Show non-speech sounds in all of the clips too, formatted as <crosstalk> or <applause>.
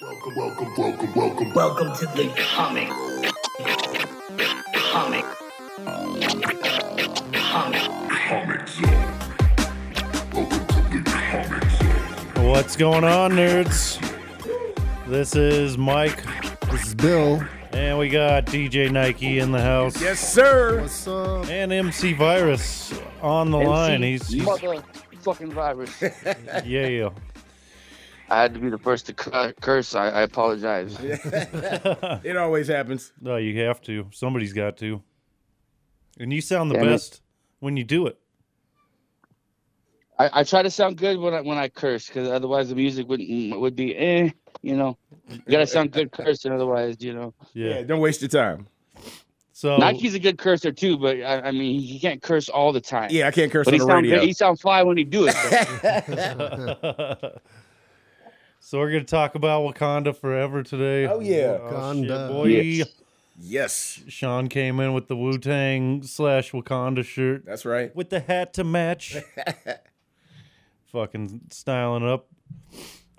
Welcome, welcome, welcome, welcome, welcome to the comic, comic, comic, comic zone. Welcome to the comic zone. What's going on, nerds? This is Mike, This is Bill. and we got DJ Nike in the house. Yes, sir. What's up? And MC Virus on the line. He's, he's mother fucking <laughs> virus. yeah, yeah. I had to be the first to cu- curse. I, I apologize. <laughs> It always happens. No, you have to. Somebody's got to. And you sound the Damn it. best when you do it. I, I try to sound good when I when I curse, because otherwise the music would would be eh. You know, you gotta sound good cursing, otherwise you know. Yeah. Yeah. don't waste your time. Oh. So Nike's a good cursor too, but I, I mean he can't curse all the time. Yeah, I can't curse but he on the sound radio. good. he sound fly when he do it. <laughs> though. So we're gonna talk about Wakanda forever today. Oh, yeah. shit, Wakanda. boy. Yes. yes, Sean came in with the Wu Tang slash Wakanda shirt that's right. with the hat to <laughs> match. Fucking styling up.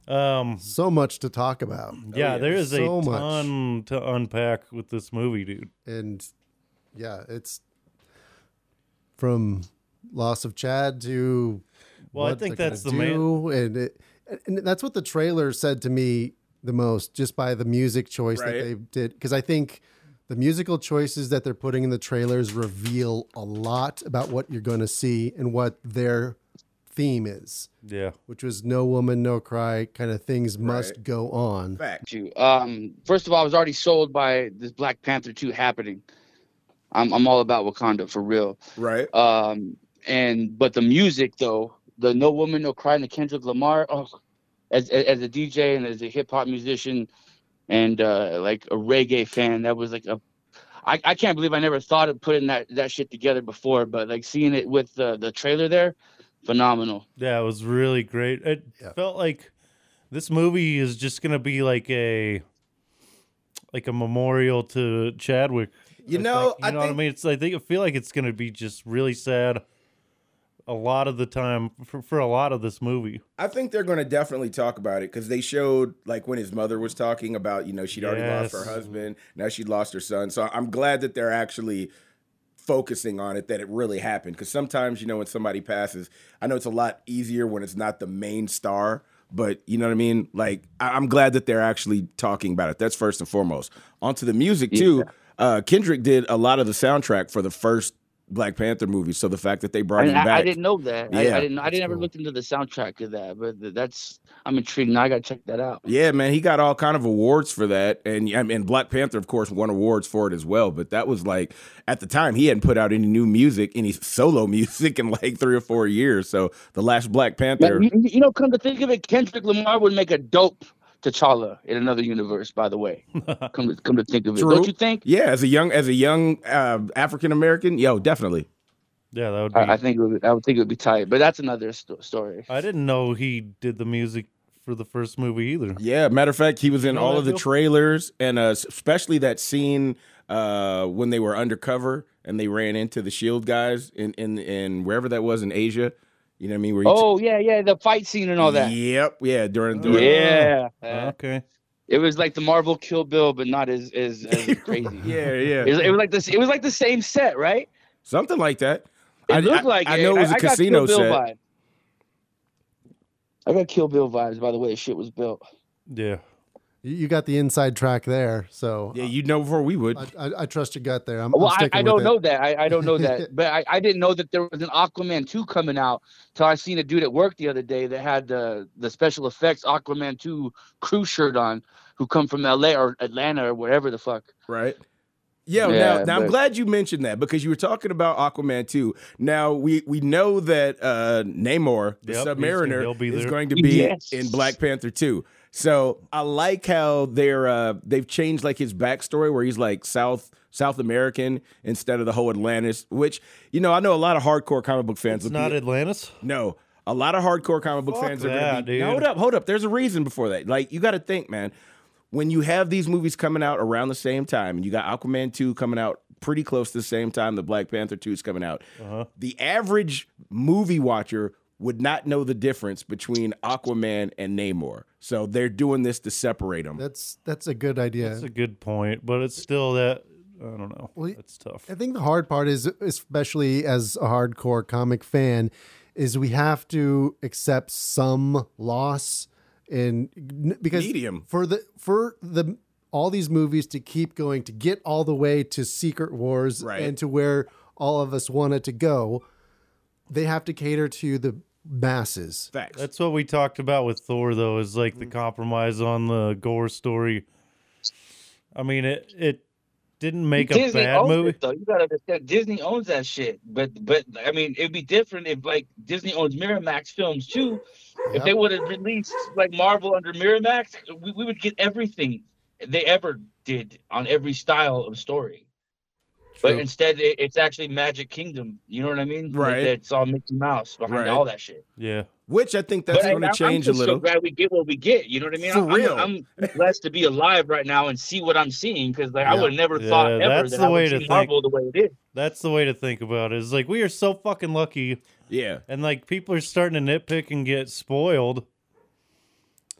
Um, So much to talk about. yeah, there is So a much. ton to unpack with this movie, dude. And yeah, it's from loss of Chad to Well, I what think they're that's the gonna main. do, and it, and that's what the trailer said to me the most, just by the music choice that Right. they did, because I think the musical choices that they're putting in the trailers reveal a lot about what you're going to see and what their theme is, Yeah, which was no woman, no cry kind of things must go on. Fact. you. Um, first of all, I was already sold by this Black Panther two happening. I'm I'm all about Wakanda for real. Right. Um, and but the music though, the No Woman No Cry and the Kendrick Lamar, oh, as as a DJ and as a hip hop musician, and uh, like a reggae fan, that was like a, I, I can't believe I never thought of putting that that shit together before. But like seeing it with the the trailer there, phenomenal. yeah, it was really great. It Yeah. felt like this movie is just gonna be like a like a memorial to Chadwick. You It's know, like- you I know what I think- mean. It's I think I feel like it's gonna be just really sad. A lot of the time for, for a lot of this movie. I think they're going to definitely talk about it because they showed like when his mother was talking about, you know, she'd already Yes. lost her husband, now she lost her son. So I'm glad that they're actually focusing on it that it really happened because sometimes you know when somebody passes, I know it's a lot easier when it's not the main star, but you know what I mean. Like I- I'm glad that they're actually talking about it. That's first and foremost. Onto the music too. Uh, Kendrick did a lot of the soundtrack for the first Black Panther movie, so the fact that they brought I, him back, I, I didn't know that. I, Yeah, I didn't. I that's didn't ever cool. look into the soundtrack of that. But th- that's I'm intrigued. Now I gotta check that out. Yeah, man, he got all kind of awards for that, and I mean, Black Panther, of course, won awards for it as well. But that was like at the time he hadn't put out any new music, any solo <laughs> music in like three or four years. So the last Black Yeah, Panther, you, you- you know, come to think of it, Kendrick Lamar would make a dope T'Challa in another universe. By the <laughs> way, come to come to think of it, True. don't you think? yeah, as a young as a young uh, African American, yo, definitely. Yeah, that would be. I, I think it would, I would think it would be tight, but that's another sto- story. I didn't know he did the music for the first movie either. Yeah, matter of fact, he was in know all that, of the Bill? trailers, and uh, especially that scene uh, when they were undercover and they ran into the Shield E guys in in, in wherever that was in Asia. You know what I mean? Where he Oh yeah, yeah, the fight scene and all that. Yep. Yeah. During Yeah. during Yeah, Uh, Okay. it was like the Marvel Kill Bill, but not as <laughs> as, as crazy. Yeah, yeah. It was, it was like this. It was like the same set, right? Something like that. It I- looked I- like I know it was a a casino set. Vibe. I got Kill Bill vibes by the way shit was built. Yeah. You, you got the inside track there, so Yeah, you'd know before we would. I, I, I trust your gut there. I'm, Well, I'm I, sticking I with don't it. know that. I, I don't know <laughs> that. but I, I didn't know that there was an Aquaman 2 coming out till I seen a dude at work the other day that had the, the special effects Aquaman 2 crew shirt on who come from LA or Atlanta or wherever the fuck. right? Yeah, Yeah, now, now I'm but- glad you mentioned that because you were talking about Aquaman 2. Now we we know that uh Namor, the Yep, he's gonna- he'll Submariner, be is there. going to be Yes. in Black Panther 2. So I like how they're uh they've changed like his backstory where he's like South South American instead of the whole Atlantis, which you know I know a lot of hardcore comic book fans It's would be- not Atlantis. No. A lot of hardcore comic book Fuck fans are that, going to be. dude. No, hold up, hold up. There's a reason before that. Like, you got to think, man. When you have these movies coming out around the same time, and you got Aquaman 2 coming out pretty Uh-huh. close to the same time the Black Panther 2 is coming out, Uh huh. the average movie watcher would not know the difference between Aquaman and Namor. So they're doing this to separate them. That's that's a good idea. That's a good point, but it's still that I don't know. Well, y- That's tough. I think the hard part is, especially as a hardcore comic fan, is we have to accept some loss in because Medium. for the for the all these movies to keep going to get all the way to Secret Wars Right. and to where all of us want it to go, they have to cater to the masses. Facts. That's what we talked about with Thor, though, is like Mm. the compromise on the gore story. I mean, it it didn't make a Disney bad owns movie. it though. You gotta understand Disney owns that shit. But but I mean it'd be different if like Disney owns Miramax films too. If Yep. they would have released like Marvel under Miramax, we, we would get everything they ever did on every style of story. But True. instead, it, it's actually Magic Kingdom. You know what I mean? That- Right. That's all Mickey Mouse behind Right. all that shit. Yeah, Which I think that's But I- going to I'm- change I'm a just little. So glad we get what we get. You know what I mean? For I'm, real. I'm, I'm blessed to be alive right now and see what I'm seeing because like I Yeah. would have never Yeah, thought ever that's that the I would way to see think. Marvel the way it is. that's the way to think about it. Is like we are so fucking lucky, yeah. and like people are starting to nitpick and get spoiled.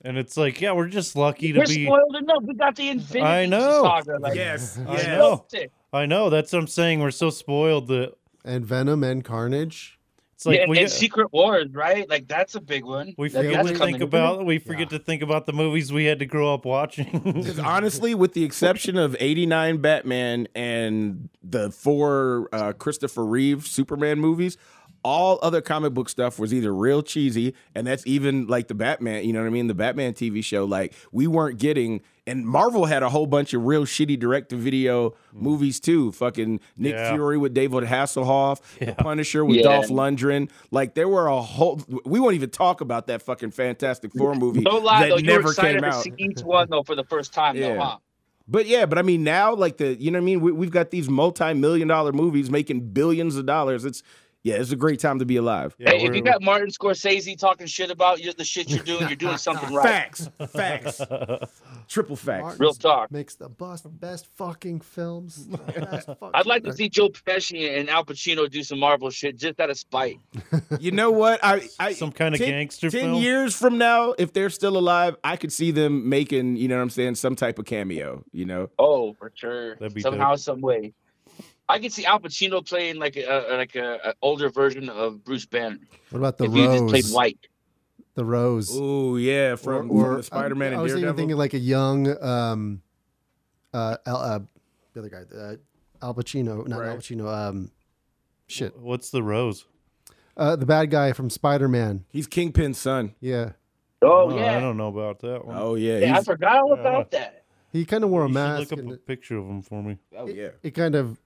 And it's like, yeah, we're just lucky to We're be. spoiled enough. We got the Infinity I know. Saga. Like, Yes. I yes. know. I know that's what I'm saying. We're so spoiled that And Venom and Carnage. it's like Yeah, and, we and Secret Wars, right? Like that's a big one. we Like, forget that's to coming. think about we forget to think about the movies we had to grow up watching. 'Cause honestly, with the exception of 89 Batman and the four uh, Christopher Reeve Superman movies, all other comic book stuff was either real cheesy, and that's even like the Batman, you know what I mean? The Batman TV show, like we weren't getting, and Marvel had a whole bunch of real shitty direct to video movies too. Fucking Nick Yeah. Fury with David Hasselhoff, The Punisher with Yeah. Dolph Lundgren. Like there were a whole, we won't even talk about that fucking Fantastic Four movie No lie that though, you were never excited came to out. see each one though for the first time though, Yeah. huh? But yeah, but I mean now, like the you know what I mean. We, we've got these multi-million dollar movies making billions of dollars. It's yeah, it's a great time to be alive. Yeah, hey, if we're- you got Martin Scorsese talking shit about you, the shit you're doing, you're doing <laughs> something right. Facts, <laughs> facts, <laughs> triple facts. Real talk. makes the best best <laughs> fucking films. Best I'd like fucking- to see Joe Pesci and Al Pacino do some Marvel shit just out of spite. You know what? I, I some kind of ten- gangster Ten film. years from now, if they're still alive, I could see them making you know what I'm saying some type of cameo. You know, Oh, for sure. That'd be Somehow, some way. I could see Al Pacino playing like a like a, a older version of Bruce Banner What about the if he just played Rose? white. The Rose. oh yeah, from, Or- from or- the Spider-Man I, and was even Daredevil. thinking like a young, um, uh, Al, uh the other guy, uh, Al Pacino, not Al Right. Pacino, um, shit, What's the rose? uh, the bad guy from Spider Man. He's Kingpin's son. Yeah, Oh, Uh, I yeah. don't know about that one. Oh yeah, yeah I he's, forgot all Yeah. about that. he kind of wore a You should mask. Look up and a it, picture of him for <laughs> me. oh yeah, it kind of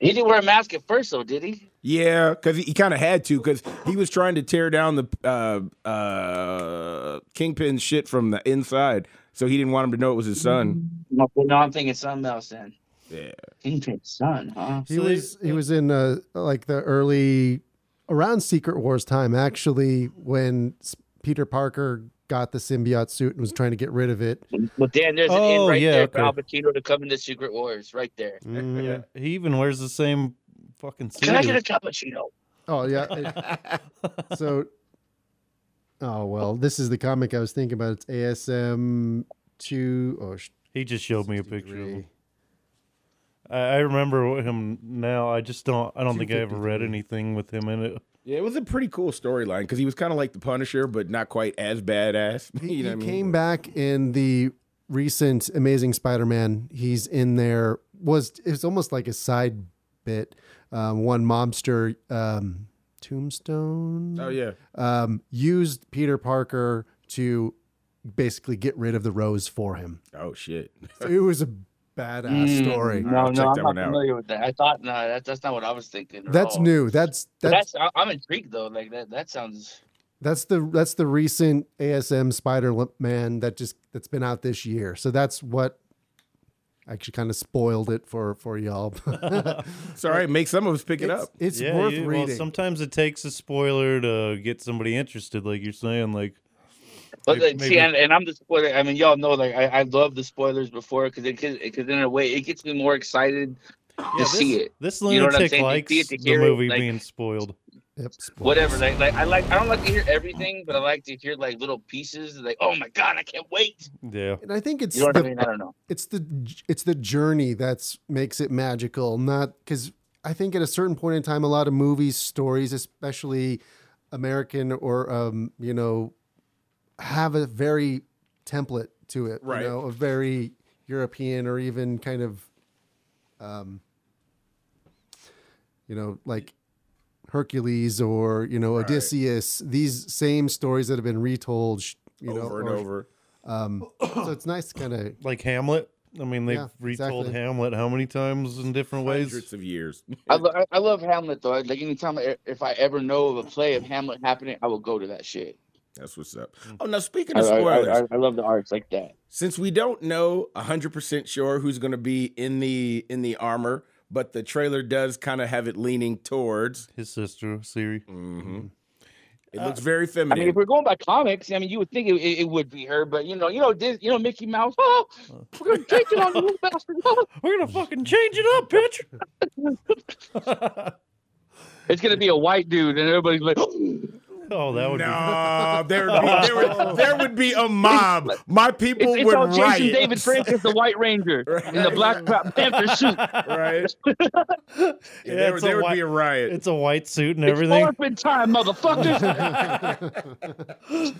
He didn't wear a mask at first, though, did he? Yeah, because he, kind of had to, because he was trying to tear down the uh, uh, kingpin shit from the inside, so he didn't want him to know it was his son. No, no, I'm thinking something else then. Mm-hmm. Yeah, Kingpin's son, huh? he So they- was he was in uh, like the early around Secret Wars time actually when S- Peter Parker got the symbiote suit and was trying to get rid of it. Well, Dan, there's an Oh, end right yeah, there for okay. Al Pacino to come into Secret Wars, right there. yeah. Mm, He even wears the same fucking suit. Can I get a cappuccino? Oh yeah. it- <laughs> so Oh well, this is the comic I was thinking about. It's ASM two oh sh- <laughs> He just showed me a picture of 63. him. I, I remember him now. I just don't. I don't think I ever read anything with him in it. yeah. It was a pretty cool storyline because he was kind of like the Punisher, but not quite as badass. <laughs> He, <laughs> you know he what I mean? came back in the recent Amazing Spider-Man. He's in there. Was it's almost like a side bit. Um, one mobster, um, Tombstone. Oh yeah, um, used Peter Parker to basically get rid of the rose for <laughs> him. oh shit. So it was a badass Mm, story. uh, No, I'll check no, I'm that not one out. familiar with that. I thought no, that's that's not what I was thinking. at That's Oh. all. new. That's that's That's, I, I'm intrigued though. Like that that sounds. that's the that's the recent ASM Spider Man that just that's been out this year. So that's what actually kind of spoiled it for for y'all. <laughs> <laughs> It's all right. Make some of us pick it it's up. it's yeah, worth you- well, reading. sometimes it takes a spoiler to get somebody interested, like you're saying. Like But Maybe- like, maybe- see, and, and I'm the spoiler. I mean, y'all know, like, I, I love the spoilers before because because because in a way it gets me more excited to this, see it. This You know what I'm lunatic saying? You likes see it to the hear it, movie like- being spoiled. Yep, spoilers. whatever. Like, like I like I don't like to hear everything, but I like to hear like little pieces. Like, oh my god, I can't wait. Yeah. And I think it's You know what the I mean? I don't know. it's the j- it's the journey that's makes it magical not because i think at a certain point in time a lot of movies stories especially american or um you know have a very template to it Right. you know a very european or even kind of um you know like hercules or you know Right. odysseus these same stories that have been retold sh- you know over and or- over. um so it's nice to kind of Like Hamlet. I mean, they've Yeah, retold exactly. Hamlet how many times in different ways? Hundreds of years. <laughs> I, lo- I- I love Hamlet though. Like anytime I, if I ever know of a play of Hamlet happening, I will go to that shit. That's what's up. Mm-hmm. Oh, now speaking I, of I- spoilers, I- I- I love the arts like that. since we don't know 100% sure who's going to be in the in the armor, but the trailer does kind of have it leaning towards. His sister, Siri. Mhm. It looks very feminine. Uh, I mean, if we're going by comics, I mean, you would think it, it, it would be her, but you know, you know, Dis, you know, Mickey Mouse. Oh, we're gonna take it on the <laughs> little bastard. Oh, We're gonna fucking change it up, bitch. it's gonna be a white dude, and everybody's like, <laughs> oh, that would <laughs> no, there, would be, there, would, there would be a mob. My people Oh, it's, it's would all Jason riot. David Frank is the <laughs> White Ranger in the Black Pa- Panther suit. <laughs> Right? Yeah, Yeah, there it's there a would wi- be a be. riot. It's a white suit and <laughs> It's everything. orphan time, motherfuckers.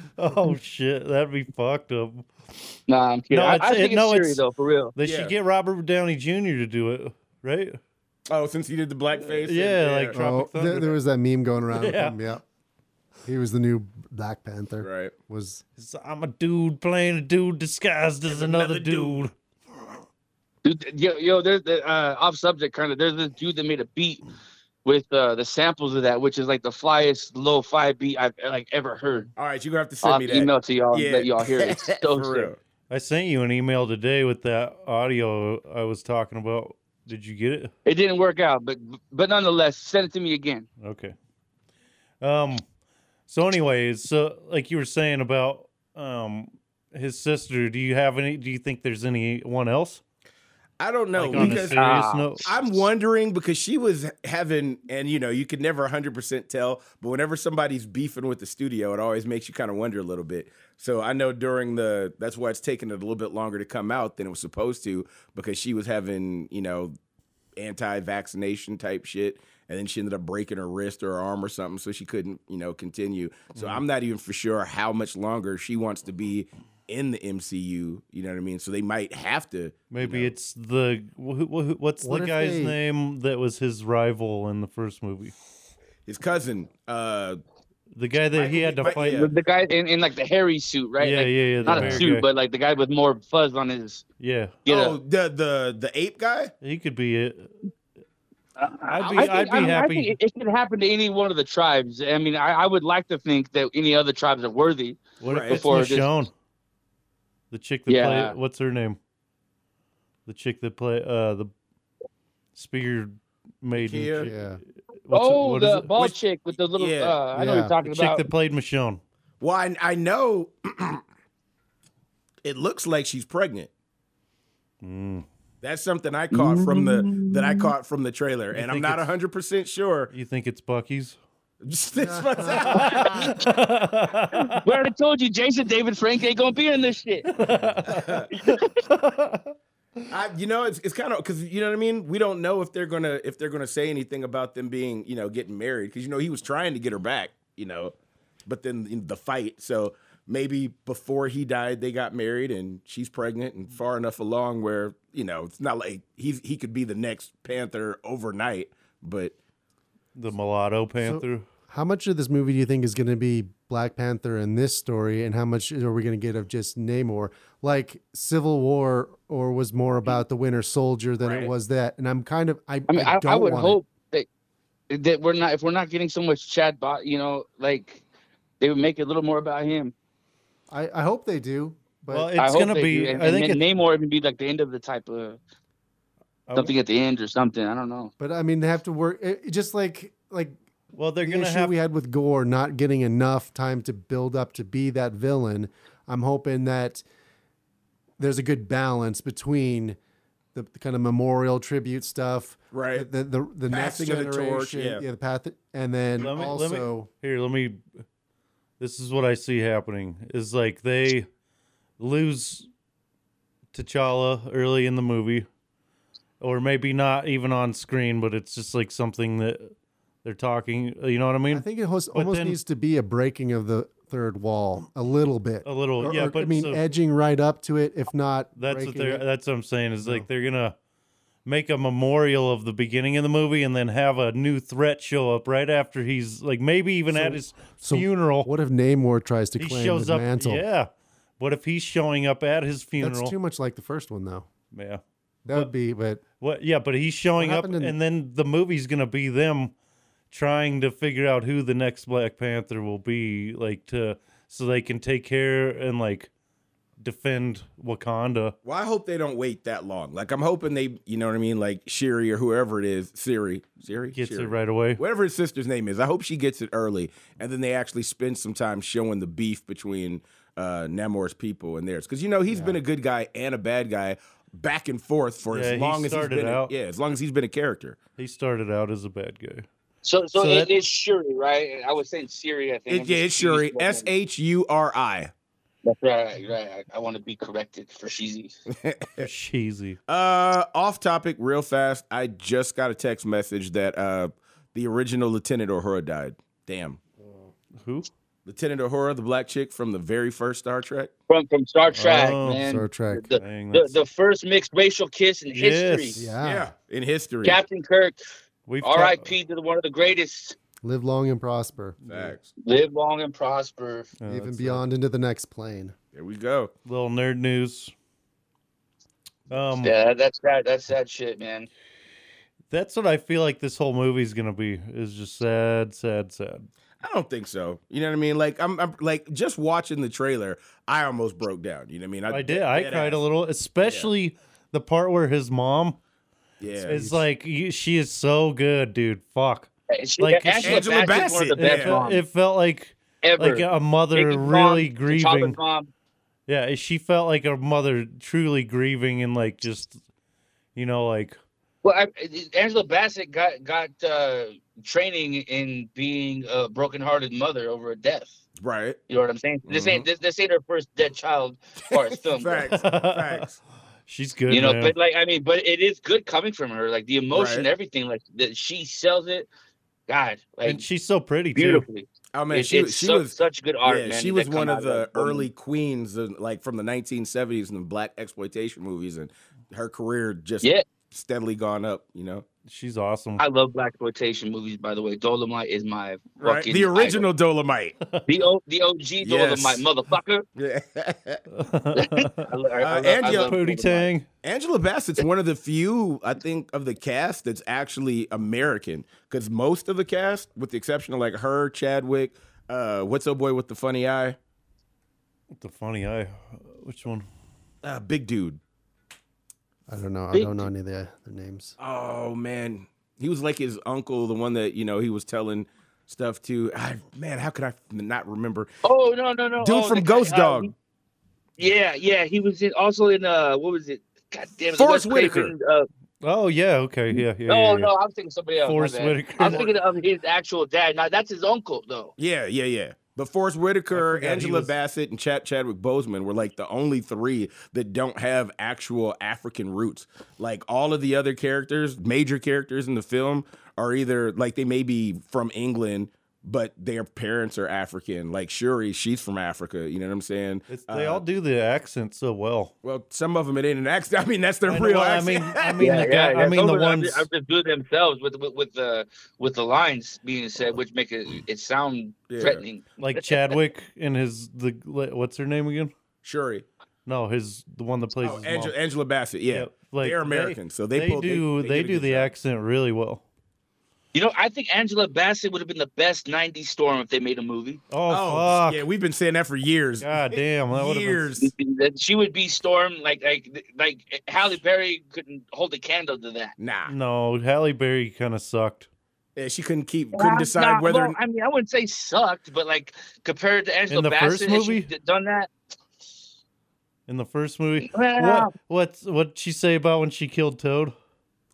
<laughs> oh shit, that'd be fucked up. nah, I'm kidding. No, I, I it's- it- think no, it's Siri it's- though, for real. They Yeah. should get Robert Downey Jr. to do it, right? Oh, since he did the blackface. and- Yeah, like Tropic Oh, there- Thunder. there was that meme going around. <laughs> Yeah. With him. yeah, he was the new Black Panther. Right. Was It's, I'm a dude playing a dude disguised as another, dude. Dude, yo, yo, there's the uh, off subject kind of. There's this dude that made a beat with uh, the samples of that, which is like the flyest low fi beat I've like ever heard. All right, you're going to have to send I'll me have that. to email to y'all and Yeah. let y'all hear it. <laughs> It's Uh, so For sick. real. I sent you an email today with that audio I was talking about. Did you get it? It didn't work out, but but nonetheless, send it to me again. Okay. Um. So, anyways, so like you were saying about um his sister. Do you have any? Do you think there's anyone else? I don't know. like on a because serious Ah. note. I'm wondering because she was having, and you know, you could never 100% tell, but whenever somebody's beefing with the studio, it always makes you kind of wonder a little bit. So I know during the, that's why it's taken it a little bit longer to come out than it was supposed to because she was having, you know, anti vaccination type shit. And then she ended up breaking her wrist or her arm or something, so she couldn't, you know, continue. So I'm not even for sure how much longer she wants to be in the MCU. You know what I mean? So they might have to. Maybe you know. it's the wh- wh- wh- what's What the if guy's they- name that was his rival in the first movie? his cousin. Uh, The guy that he Michael had to B- Mi- fight. yeah. The, the guy in, in like the hairy suit, right? Yeah, Like, yeah, yeah. the Not a bear suit, guy. but like the guy with more fuzz on his. yeah, Get oh, the the the ape guy. he could be it. I'd be- I think- I'd be I mean, I happy. think it- it could happen to any one of the tribes. I mean, I, I would like to think that any other tribes are worthy. What Right. if it's Before this- Michonne? The chick that Yeah. play what's her name? The chick that play uh the spear maiden. Nakia? chick- Yeah. What's her- oh, what is the it? bald Which- chick with the little. yeah, uh, I know what yeah. you're talking The chick about. that played Michonne. Well, I, I know. <clears throat> it looks like she's pregnant. Mm. That's something I caught from the that I caught from the trailer, and I'm think not it's- 100 percent sure. <laughs> You think it's Bucky's? This must- I we already told you, Jason David Frank ain't gonna be in this shit. you know, it's, it's kind of because you know what I mean. We don't know if they're gonna if they're gonna say anything about them being you know getting married because you know he was trying to get her back, you know, but then in the fight. So maybe before he died, they got married, and she's pregnant and far enough along where you know it's not like he's he could be the next Panther overnight, but the mulatto panther. how much of this movie do you think is going to be Black Panther in this story, and how much are we going to get of just Namor? Like Civil War, or was more about the Winter Soldier than Right. it was that. And I'm kind of I I mean, I, don't I would want hope that that we're not if we're not getting so much Chad Bot, you know, like they would make it a little more about him. It. I, I hope they do, but well, I it's hope gonna they be. do, and, I think it's, and then Namor would be like the end of the type of I- something at the end or something. I don't know. but I mean they have to work it, it just like like well, they're the gonna issue have. we had with Gore not getting enough time to build up to be that villain. I'm hoping that there's a good balance between the, the kind of memorial tribute stuff. Right. The the, the next Passing of the generation. torch, yeah. the path, and then Let me- let me- also Here, let me. This is what I see happening: is like they lose T'Challa early in the movie, or maybe not even on screen, but it's just like something that they're talking. You know what I mean? I think it host, almost then- needs to be a breaking of the third wall a little bit. a little, Or- Oh, yeah. or, but I mean, so edging right up to it, if not. that's what breaking they're. uh, it. That's what I'm saying. Is like they're gonna make a memorial of the beginning of the movie, and then have a new threat show up right after he's like maybe even at his so funeral. What if Namor tries to he claim shows his up. mantle? Yeah. What if he's showing up at his That's funeral? too much like the first one, though. yeah. That would be, but What? Yeah, but he's showing What up, happened in- and then the movie's gonna be them trying to figure out who the next Black Panther will be, like to so they can take care and like defend Wakanda. Well, I hope they don't wait that long. Like I'm hoping they, you know what I mean, like Shiri or whoever it is, Siri, Siri Gets Shiri. it right away. Whatever his sister's name is, I hope she gets it early, and then they actually spend some time showing the beef between uh, Namor's people and theirs, because you know he's been a good guy and a bad guy back and forth for Yeah, he as long as he's started been, out- A, yeah, as long as he's been a character. He started out as a bad guy. So, so, So it that- is Shuri, right? And I was saying Siri. I think It, yeah, it's Shuri, S H U R I. That's right, right. I, I want to be corrected for cheesy. Cheesy. Uh, off topic, real fast. I just got a text message that uh, the original Lieutenant Uhura died. Damn. Who? Lieutenant Uhura, the black chick from the very first Star Trek. From from Star Trek, Oh, man. Star Trek. The, Dang, the, that's, the first mixed racial kiss in Yes. history. yeah. in history. Captain Kirk, we've ta- R.I.P. to the, one of the greatest. Live long and prosper, Facts. Live long and prosper. Yeah, even that's beyond into the next plane. There we go. a uh, little nerd news. Um, Yeah, that's that. That's that shit, man. that's what I feel like this whole movie's gonna be. Is just sad, sad, sad. I don't think so. You know what I mean? Like I'm, I'm like just watching the trailer. I almost broke down. You know what I mean? I did. I dead cried a ass. little, especially the part where his mom Yeah. is like, you- she is so good, dude. Fuck. And she- Like, Angela, Angela Bassett, is one of the Bassett, best It, yeah. felt, moms it felt like ever. like a mother Piggy's really mom, grieving. T'Challa's mom. Yeah, she felt like a mother truly grieving and like just, you know, like Well, I, Angela Bassett got got uh, training in being a brokenhearted mother over a death. <laughs> right. You know what I'm saying? This ain't this, this ain't her first dead child part <laughs> film. Mm-hmm. Facts. Facts. she's good. You know, man. but like I mean, but it is good coming from her. Like the emotion, Right. everything. Like that she sells it. God, like and she's so pretty too. beautifully. Oh man, It- she it's was she su- was such good art. yeah, man, she that was come one out of the that woman. early queens, of, like from the 1970s and the black exploitation movies, and her career just Yeah. steadily gone up. You know, She's awesome. <laughs> I <laughs> love black exploitation movies. By the way, Dolomite is my right? fucking The idol. <laughs> original Dolomite. the o, the OG Dolomite, Yes. motherfucker. Yeah. I, lo- I, I, Uh, love- and I your Pootie love Dolomite. Tang. Angela Bassett's one of the few, I think, of the cast that's actually American. Because most of the cast, with the exception of like her, Chadwick, uh, what's up, boy with the funny eye, What the funny eye? Which one? uh, big dude. I don't know. I Big- don't know any of the, the names. Oh man, he was like his uncle, the one that you know he was telling stuff to. I, man, how could I not remember? Oh no no no! Dude oh, from the guy- Ghost uh, Dog. Yeah, yeah, he was in, also in uh, what was it? God damn it, the Forrest Wes Craven, Uh, Oh yeah, okay, yeah, yeah. no, yeah, yeah. Oh, no, I'm thinking somebody else. my Forrest bad. Whitaker. I'm thinking of his actual dad. Now that's his uncle though. Yeah, yeah, yeah. But Forrest I Whitaker, forgot he Angela was- Bassett, and Chad Chadwick Boseman were like the only three that don't have actual African roots. Like all of the other characters, major characters in the film, are either like they may be from England, but their parents are African. Like Shuri, she's from Africa. You know what I'm saying? It's, they Uh, all do the accent so well. Well, some of them it ain't an accent. <laughs> I mean, that's their I know, <laughs> real I accent. mean- <laughs> I mean- the guy- I mean, some the of them ones- are just, are just doing themselves with with with the with the lines being said, which make it it sound Yeah. threatening. <laughs> Like Chadwick and his the what's her name again? Shuri. No, his the one that plays Oh, his mom. Angela, Angela Bassett. Yeah, Yep, like, they're American, so they, They, pull- do they, did a do good the job. accent really well. You know, I think Angela Bassett would have been the best '90s Storm if they made a movie. Oh, Oh, fuck! yeah, <laughs> we've been saying that for years. God damn, that would have been <laughs> years. That she would be Storm, like like like Halle Berry couldn't hold a candle to that. Nah, No, Halle Berry kind of sucked. yeah, she couldn't keep, Well, couldn't decide nah, whether. well, I mean, I wouldn't say sucked, but like compared to Angela the Bassett, first if movie? she'd done that. in the first movie? Well, <laughs> What what's what she say about when she killed Toad?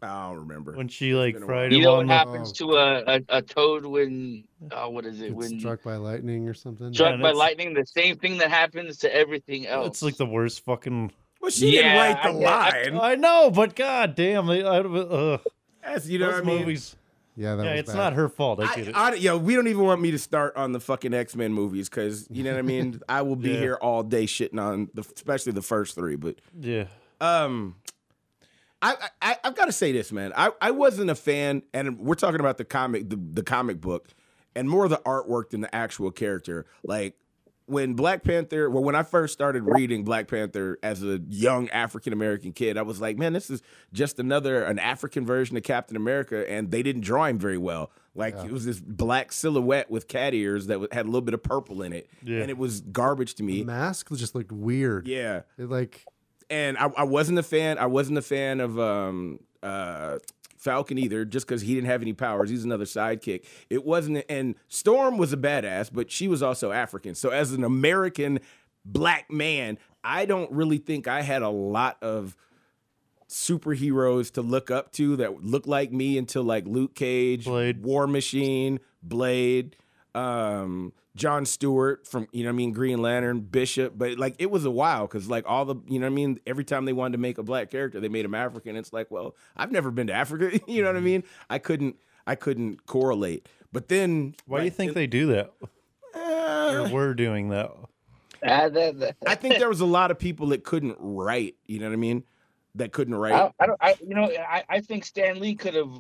I don't remember. When she like been a fried you him know what on the happens to a, a, a toad when uh, what is it Gets when struck, struck by lightning or something. Struck- by it's- lightning? The same thing that happens to everything else. It's like the worst fucking Well, she Yeah, didn't I- write I- the line. I know, but god damn, they I, uh, That's, you know those what I mean? movies. Yeah, that Yeah, was it's bad. not her fault. I get I, it. I, yo, we don't even want me to start on the fucking X Men movies because you know what <laughs> I mean. I will be Yeah. here all day shitting on the, especially the first three. But yeah. um, I, I- I I've got to say this, man. I, I wasn't a fan, and we're talking about the comic, the, the comic book, and more the artwork than the actual character. Like when Black Panther, well, when I first started reading Black Panther as a young African American kid, I was like, man, this is just another an African version of Captain America, and they didn't draw him very well. Like it was this black silhouette with cat ears that had a little bit of purple in it, Yeah. and it was garbage to The me. mask just looked weird. Yeah It like and I, I wasn't a fan. I wasn't a fan of um, uh, Falcon either, just because he didn't have any powers. He's another sidekick. It wasn't. And Storm was a badass, but she was also African. So as an American black man, I don't really think I had a lot of superheroes to look up to that look like me until like Luke Cage, Blade. War Machine, Blade, um, John Stewart from you know what I mean Green Lantern, Bishop, but like it was a while because like all the you know what I mean every time they wanted to make a black character they made him African. It's like well I've never been to Africa, <laughs> you know Mm-hmm. what I mean? I couldn't I couldn't correlate. But then Why do you like, think they do <laughs> that? uh, Or <laughs> were doing that? Ah, that- that- I think there was a lot of people that couldn't write. You know what I mean? That couldn't write. I, I don't. I, you know, I, I think Stan Lee could have,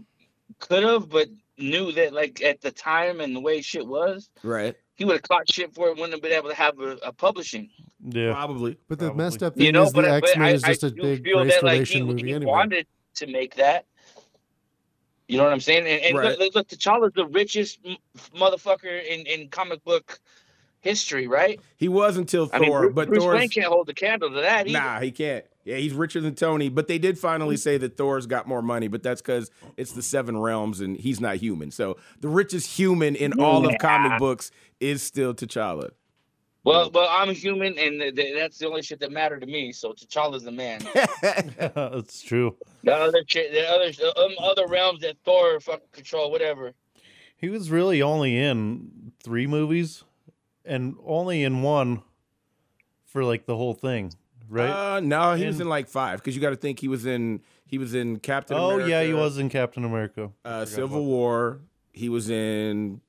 could have, but knew that like at the time and the way shit was, right. he would have caught shit for it. and Wouldn't have been able to have a, a publishing. Yeah. Probably. but the Probably. messed up thing You know, is but, the I- X but I, Men is just I a do big feel race that like he, relation movie he anyway. wanted to make that. You know what I'm saying? And, and Right. look, look, T'Challa's the richest m- motherfucker in, in comic book history, right? He was until I Thor, mean, Bruce, but Bruce Thor's Wayne can't hold a candle to that. Either. Nah, he can't. Yeah, he's richer than Tony, but they did finally say that Thor's got more money, but that's because it's the seven realms and he's not human. So the richest human in all of comic books is still T'Challa. Well, well, I'm human, and th- th- that's the only shit that mattered to me. So T'Challa's the man. <laughs> That's true. The other, chi- the other, the um, other realms that Thor fucking control, whatever. He was really only in three movies and only in one for like the whole thing, right? Uh, no, he was And- in like five because you got to think he was in he was in Captain. oh, yeah, he America, was in Captain America. I uh, forgot Civil about- War. He was in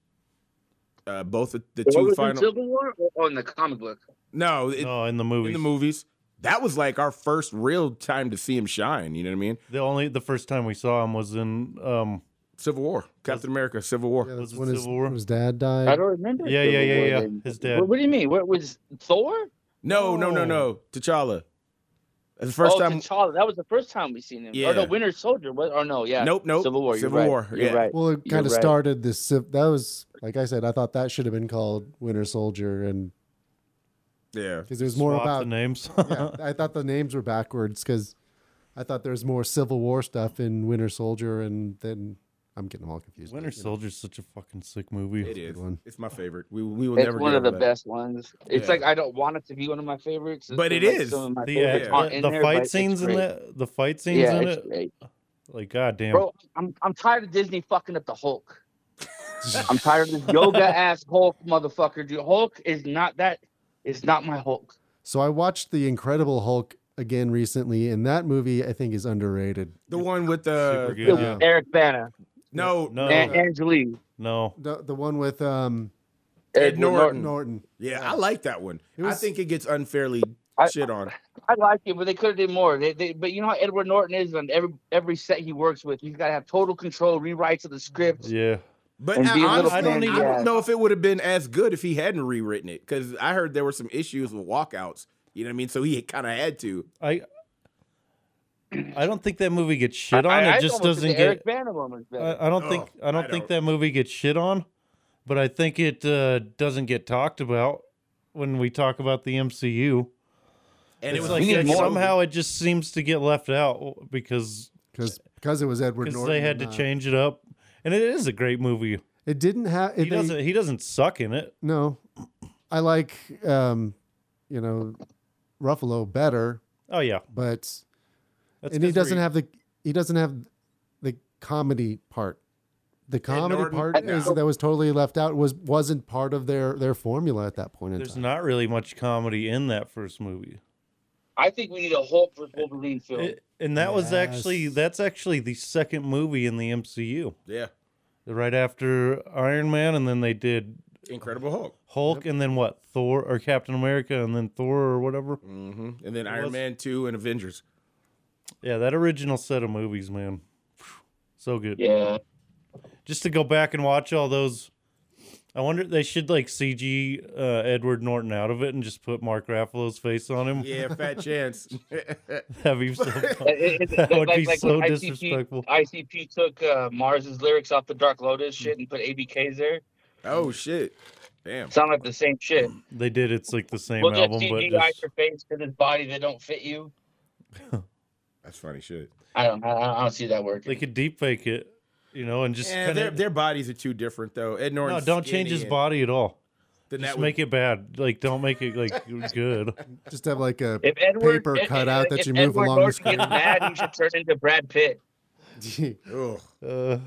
uh, both of the What two was in final. Civil War or on the comic book? no, it, No, in the movies. in the movies. That was like our first real time to see him shine. You know what I mean? The only the first time we saw him was in um Civil War, Captain America, Civil War. Yeah, Was that's it when his, Civil War? when his dad died. I don't remember. Uh, Yeah, Civil yeah, yeah, War yeah. then. His dad. What, what do you mean? What was Thor? No, no, no, Oh. no. T'Challa. That's the first oh, time. T'Challa. That was the first time we seen him. Or Yeah. the Winter Soldier. What, or no, yeah. Nope, nope. Civil War. You're Civil right. War, You're yeah. right. Well, it You're kind of right. started this. civ- That was like I said. I thought that should have been called Winter Soldier, and yeah. because it was more swapped about. the names. <laughs> yeah, I thought the names were backwards because I thought there was more Civil War stuff in Winter Soldier, and then I'm getting them all confused. but, Winter you know. Soldier's such a fucking sick movie. It is. one. It's my favorite. We, we will It's never one get of the over that. best ones. It's Yeah. like I don't want it to be one of my favorites. But it it is is. Some of my The, favorites uh, aren't the, in the there, but fight it's scenes in great. that the fight scenes Yeah, in it's it. great. Like goddamn. Bro, I'm I'm tired of Disney fucking up the Hulk. I'm tired of this yoga ass Hulk motherfucker. Dude, Hulk is not that. Is not my Hulk. So I watched The Incredible Hulk again recently, and that movie I think is underrated. The one <laughs> with the. Super good. yeah. Eric Bana No, No. no. and Angelique. No. The the one with um Ed Edward Norton. Norton. Yeah, I like that one. It I was- think it gets unfairly I- shit on. I like it, but they could have did more. They, they, but you know how Edward Norton is on every every set he works with. He's got to have total control, rewrites of the script. Yeah. But And I- be a little honestly, I don't, fancy even, I ass. don't know if it would have been as good if he hadn't rewritten it because I heard there were some issues with walkouts. You know what I mean? So he kind of had to. I I don't think that movie gets shit on. I- I it just almost think doesn't the get Eric Bana one was better. I, I don't think Ugh, I don't I think don't- that movie gets shit on, but I think it uh, doesn't get talked about when we talk about the MCU. And it it's was like We need it- more. somehow it just seems to get left out because because because it was Edward because Norton. they had to uh, change it up. And it is a great movie. It didn't have. He doesn't he doesn't suck in it. No, I like um, you know, Ruffalo better, Oh yeah, but That's and he 'cause doesn't we- have the he doesn't have the comedy part. The comedy Norton- part is, no. that was totally left out was wasn't part of their their formula at that point in There's time. not really much comedy in that first movie, I think we need a Hulk for Wolverine film. It- and that was actually Yes. that's actually the second movie in the MCU, Yeah. right after Iron Man, and then they did Incredible Hulk. Hulk, and then what Thor or Captain America, and then Thor or whatever. hmm And then Iron was- Man 2 and Avengers. Yeah, that original set of movies, man, so good. yeah, Just to go back and watch all those. I wonder they should like CG uh, Edward Norton out of it and just put Mark Ruffalo's face on him. <laughs> Yeah, <laughs> fat chance. That'd be so fun. <laughs> It- it- That would be so when disrespectful. ICP took uh, Mars's lyrics off the Dark Lotus shit and put ABKs there. oh shit. Damn. Sound like the same shit. They did. It's like the same We'll album, just but CGI just, your face to this body that don't fit you. That's funny shit. I don't. I, I don't see that working. they could deep fake it, you know, and just Yeah, kinda, their, their bodies are too different though. Ed Norton. no, don't change his body at all. Then Just that would, make it bad. Like, don't make it like <laughs> good. Just have like a <laughs> if Edward paper if- cut if- out that if you move Edward along the Norton screen. gets mad, he should turn into Brad Pitt, Ugh. Uh,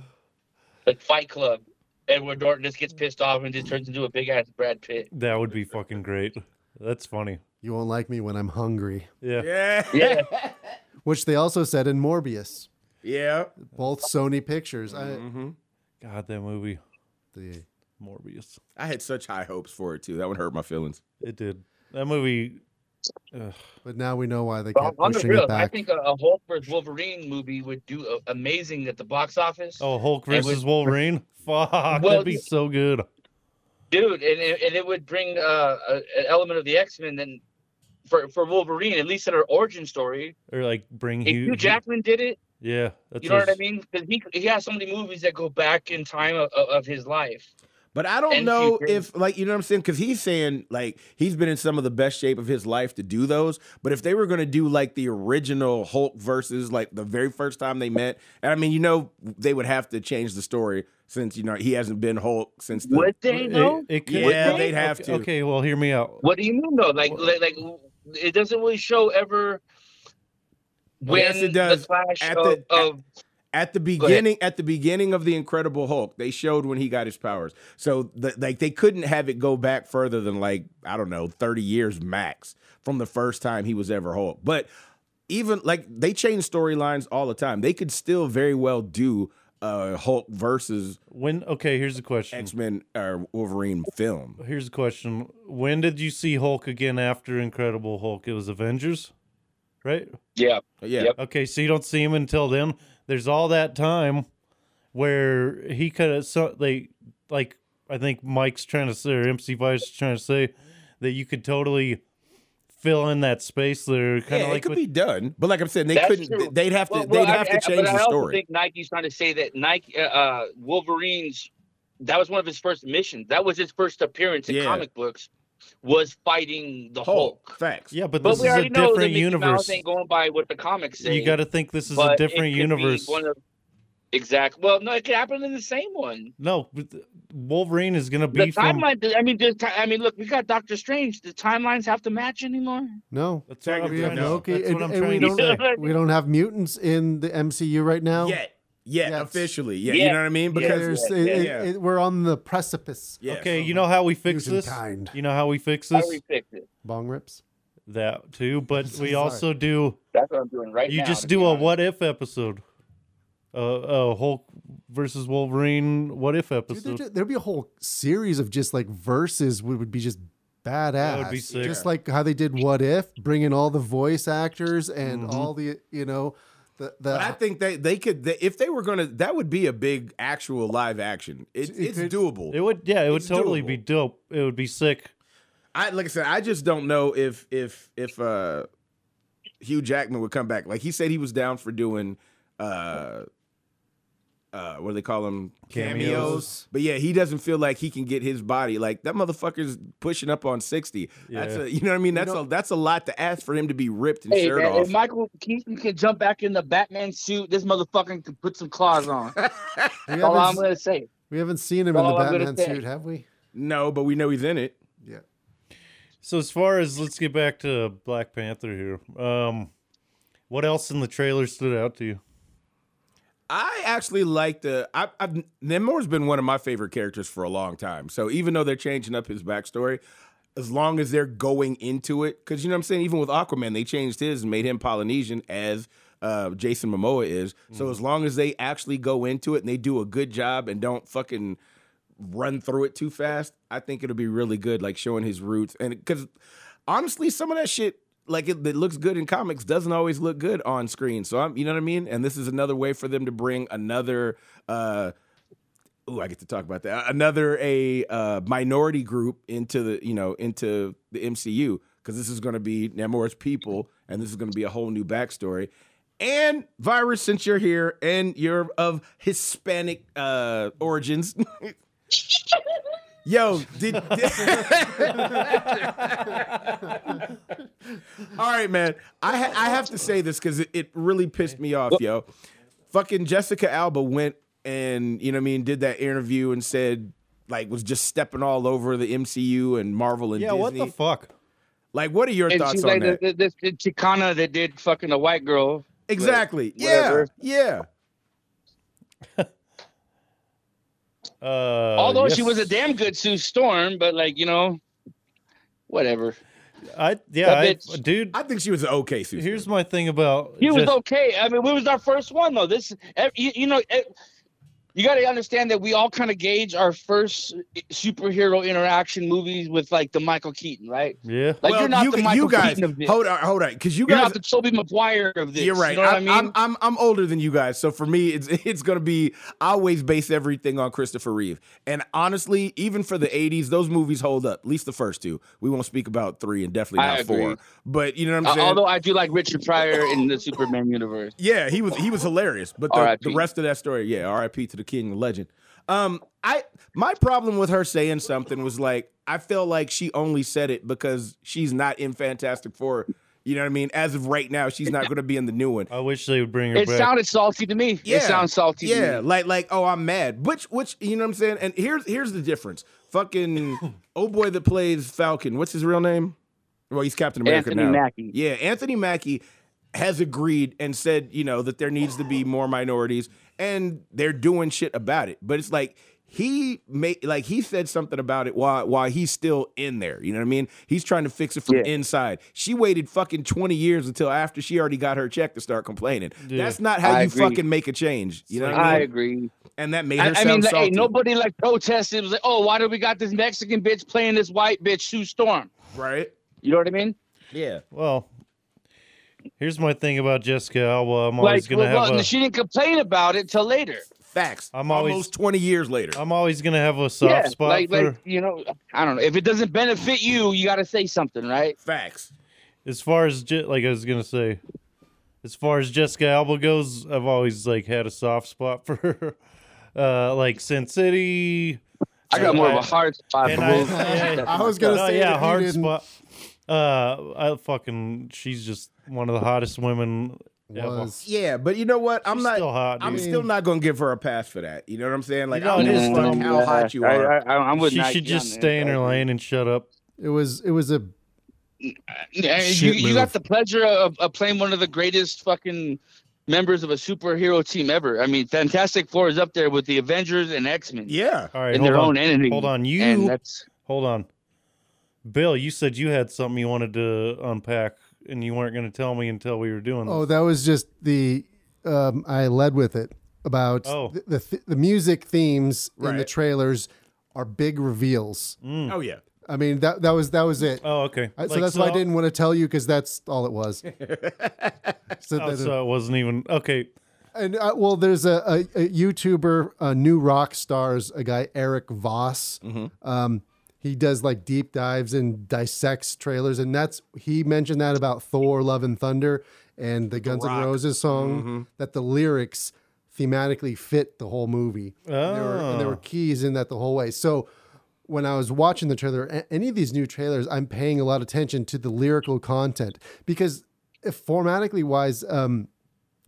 like Fight Club. Edward Norton just gets pissed off and just turns into a big ass Brad Pitt. that would be fucking great. That's funny. you won't like me when I'm hungry, <laughs> Yeah. Yeah. Yeah, which they also said in Morbius, Yeah. both Sony Pictures. I, hmm God, that movie the, Morbius. I had such high hopes for it too. That one hurt my feelings. It did. That movie. Ugh, but now we know why they But kept on the pushing it real, I back. think a, a Hulk vs Wolverine movie would do uh, amazing at the box office. oh, Hulk It was- versus Wolverine. <laughs> Fuck, Well, that'd be so good. dude, and it, and it would bring uh, a, an element of the X Men. Then for for Wolverine, at least in her origin story, Or like bring if Hugh. Hugh Jackman did it, Yeah, that's you know what I his- mean? Because he he has so many movies that go back in time of, of, of his life. But I don't And know future. if like you know what I'm saying because he's saying like he's been in some of the best shape of his life to do those. But if they were going to do like the original Hulk versus like the very first time they met, and I mean you know they would have to change the story since you know he hasn't been Hulk since. The, Would they though? It, it could, Yeah, Would they'd have okay, to. Okay, well, hear me out. What do you mean though? Like Well- like, like it doesn't really show ever. When Yes, it does. the flash At of, the- of At the Go ahead. beginning, at the beginning of the Incredible Hulk, they showed when he got his powers. So, the, like, they couldn't have it go back further than like I don't know, thirty years max from the first time he was ever Hulk. But even like they change storylines all the time. They could still very well do a Hulk versus When? Okay, here's the question. X Men or Wolverine film. Here's a question. When did you see Hulk again after Incredible Hulk? It was Avengers, right? yeah, Yeah, Yep. Okay, so you don't see him until then. There's all that time where he could have so they like I think Mike's trying to say or MC Vice is trying to say that you could totally fill in that space there, kind yeah, of it like could with, be done. But like I'm saying, they That's couldn't. true. They'd have to. Well, well, they'd have I, to I- change but the I also story. think Nike's trying to say that Nike, uh, uh, Wolverine's, that was one of his first missions. That was his first appearance in Yeah. comic books, was fighting the Hulk. Hulk. facts. yeah, but, But this we is a already know that different Mickey Mouse universe. ain't going by what the comics say. You got to think this is but a it different could be universe. One of, exact. Well, no, it could happen in the same one. No, but th- Wolverine is gonna The be from. timeline. I mean, the, ti- I mean, look, we got Doctor Strange. The timelines have to match anymore. No, That's what I'm Technically, we trying have to- no. Loki, that's and, what I'm and we trying to don't say. we don't have mutants in the MCU right now. Yet, yet, Yes. officially, yeah, Yeah. You know what I mean? Yeah. Because There's, Yeah, it- yeah, it- yeah. it- we're on the precipice. yeah. Okay, you know how we fix Using this? kind. You know how we fix I this? refixed it. Bong rips. that too, but Sorry. we also do That's what I'm doing right you now. just to do be a honest. what if episode. Uh, uh Hulk versus Wolverine what if Dude, there episode. ju- there'd be a whole series of just like verses would, would be just badass. would be sick. Just like how they did What If, bringing all the voice actors and all the, you know, the, the Mm-hmm. But I think they they could they, if they were gonna that would be a big actual live action. It, It it's could- doable. It would yeah, it would It's totally be doable. dope. It would be sick. I like I said, I just don't know if if if uh Hugh Jackman would come back. Like he said, he was down for doing uh uh what do they call them Cameos. But yeah, he doesn't feel like he can get his body. Like that motherfucker's pushing up on sixty. That's Yeah. a, you know what I mean. That's know- a that's a lot to ask for him to be ripped and Hey, shirt man, off. if Michael Keaton can jump back in the Batman suit, this motherfucker can put some claws <laughs> on. That's we all I'm haven't, gonna say. we haven't seen him in all the I'm gonna Batman say. suit, have we? no, but we know he's in it. So as far as let's get back to Black Panther here. Um, what else in the trailer stood out to you? I actually like the. I, I've Namor's been one of my favorite characters for a long time. So even though they're changing up his backstory, as long as they're going into it, because you know what I'm saying. Even with Aquaman, they changed his and made him Polynesian as uh, Jason Momoa is. So as long as they actually go into it and they do a good job and don't fucking run through it too fast, I think it'll be really good. Like showing his roots and because honestly, some of that shit like it that looks good in comics doesn't always look good on screen. So I'm, you know what I mean. And this is another way for them to bring another. uh Ooh, I get to talk about that. Another a uh, minority group into the you know into the MCU because this is going to be Namor's people, and this is going to be a whole new backstory. And virus, since you're here and you're of Hispanic uh, origins, <laughs> yo, did, All right, man. I ha- I have to say this because it, it really pissed me off, yo. Fucking Jessica Alba went and you know what I mean did that interview and said like was just stepping all over the MCU and Marvel and Yeah, Disney. what the fuck? like, what are your and thoughts she's on like that? the, this the Chicana that did fucking a white girl. exactly. Yeah. whatever. Yeah. Uh, Oh, Although she was a yes. damn good Sue Storm, but like you know, whatever. I yeah, That I, bitch- dude. I think she was an okay Susan. here's my thing about He was just- okay. I mean, we was our first one though. This, ev- you, you know, ev- you got to understand that we all kind of gauge our first superhero interaction movies with like the Michael Keaton, right? yeah. Like well, you're not you, the you Michael guys, Keaton of this. hold on, hold on, because you you're guys not the Toby Maguire of this. You're right. You know what I, I'm, mean? I'm, I'm, I'm older than you guys, so for me, it's <laughs> it's gonna be. I always base everything on Christopher Reeve, and honestly, even for the '80s, those movies hold up. At least the first two. We won't speak about three, and definitely I not agree. four. But you know what Uh, I'm saying? although I do like Richard Pryor in the Superman universe. yeah, he was he was hilarious. But the, R.I.P.. the rest of that story, yeah, R.I.P. to the king, legend. Um, I my problem with her saying something was like I feel like she only said it because she's not in Fantastic Four. You know what I mean? As of right now, <laughs> she's not going to be in the new one. I wish they would bring her It back. sounded salty to me. It sounds salty. Yeah, to me. like like oh, I'm mad. Which which you know what I'm saying? And here's here's the difference. Fucking oh boy that plays Falcon. What's his real name? Well, he's Captain America Anthony now. Mackie. Yeah, Anthony Mackie has agreed and said you know that there needs to be more minorities, and they're doing shit about it. But it's like. He made like he said something about it while while he's still in there. You know what I mean? He's trying to fix it from Yeah. inside. She waited fucking twenty years until after she already got her check to start complaining. Yeah. That's not how I you agree. fucking make a change. You know what I I mean? agree. and that made her I, I sound mean, like, hey, salty. nobody like protested. It was like, oh, why do we got this Mexican bitch playing this white bitch, Sue Storm? right? You know what I mean? Yeah. well, here's my thing about Jessica Alba. I'm always Like, gonna well, have well, a. she didn't complain about it till later. Facts. I'm almost always- 20 years later. am always gonna have a soft yeah, spot like, for. like, you know, I don't know. If it doesn't benefit you, you got to say something, right? Facts. as far as Je- like I was gonna say, as far as Jessica Alba goes, I've always like had a soft spot for her. <laughs> Uh, like Sin City, I got more of a I- hard spot. and for I, both. I was gonna Oh, say yeah, that you hard didn't- spot. Uh, I fucking she's just one of the hottest women ever. Was Yeah, but you know what? I'm She's not. still hot, I'm dude. still not gonna give her a pass for that. You know what I'm saying? Like, You know, I it don't is give a fuck dumb. how hot you are. I, I, I would She not should get on just that. stay in her lane and shut up. it was it was a Yeah, and you, Shit you got move. the pleasure of, of playing one of the greatest fucking members of a superhero team ever. I mean, Fantastic Four is up there with the Avengers and X Men Yeah. All right, in hold their on. own entity. Hold on, you and that's hold on. Bill, you said you had something you wanted to unpack, and you weren't going to tell me until we were doing. Oh, this. that was just the um, I led with it about Oh. the, the th- the music themes in the Right. trailers are big reveals. Oh yeah. I mean that that was that was it. Oh, okay. I, so Like, that's why I didn't want to tell you because that's all <laughs> it was. <laughs> so Oh, that- so it wasn't even okay. and uh, well, there's a, a, a YouTuber, uh, new rock stars, a guy Eric Voss. Mm-hmm. Um, he does like deep dives and dissects trailers, and that's he mentioned that about Thor: Love and Thunder and the Guns N' Rock. Roses song Mm-hmm. that the lyrics thematically fit the whole movie. And there, were, and there Oh. were keys in that the whole way. So when I was watching the trailer, a- any of these new trailers, I'm paying a lot of attention to the lyrical content because if formatically wise, um,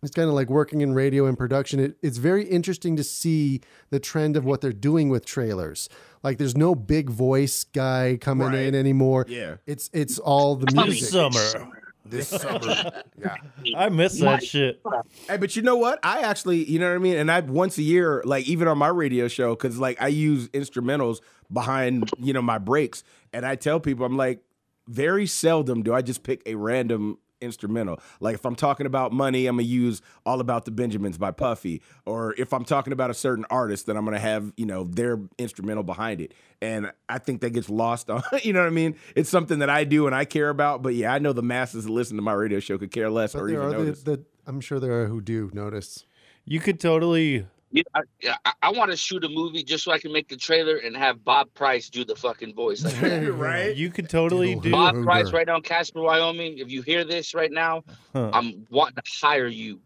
it's kind of like working in radio and production. It, it's very interesting to see the trend of what they're doing with trailers. Like there's no big voice guy coming Right. in anymore. Yeah. it's it's all the This music. summer. This summer. yeah. I miss that shit. Hey, but you know what? I actually, you know what I mean? And I once a year, like even on my radio show, because like I use instrumentals behind, you know, my breaks. And I tell people, I'm like, very seldom do I just pick a random instrumental. Like if I'm talking about money, I'm gonna use All About the Benjamins by Puffy. Or if I'm talking about a certain artist, then I'm gonna have, you know, their instrumental behind it. And I think that gets lost on <laughs> you know what I mean? It's something that I do and I care about. But yeah, I know the masses that listen to my radio show could care less But or there even are the, <laughs> notice. the, I'm sure there are who do notice. You could totally Yeah, I, yeah, I, I want to shoot a movie just so I can make the trailer and have Bob Price do the fucking <laughs> voice. Like, right? you could totally Diddle do Bob Hoover. Price right now in Casper, Wyoming. If you hear this right now, Huh. I'm wanting to hire you.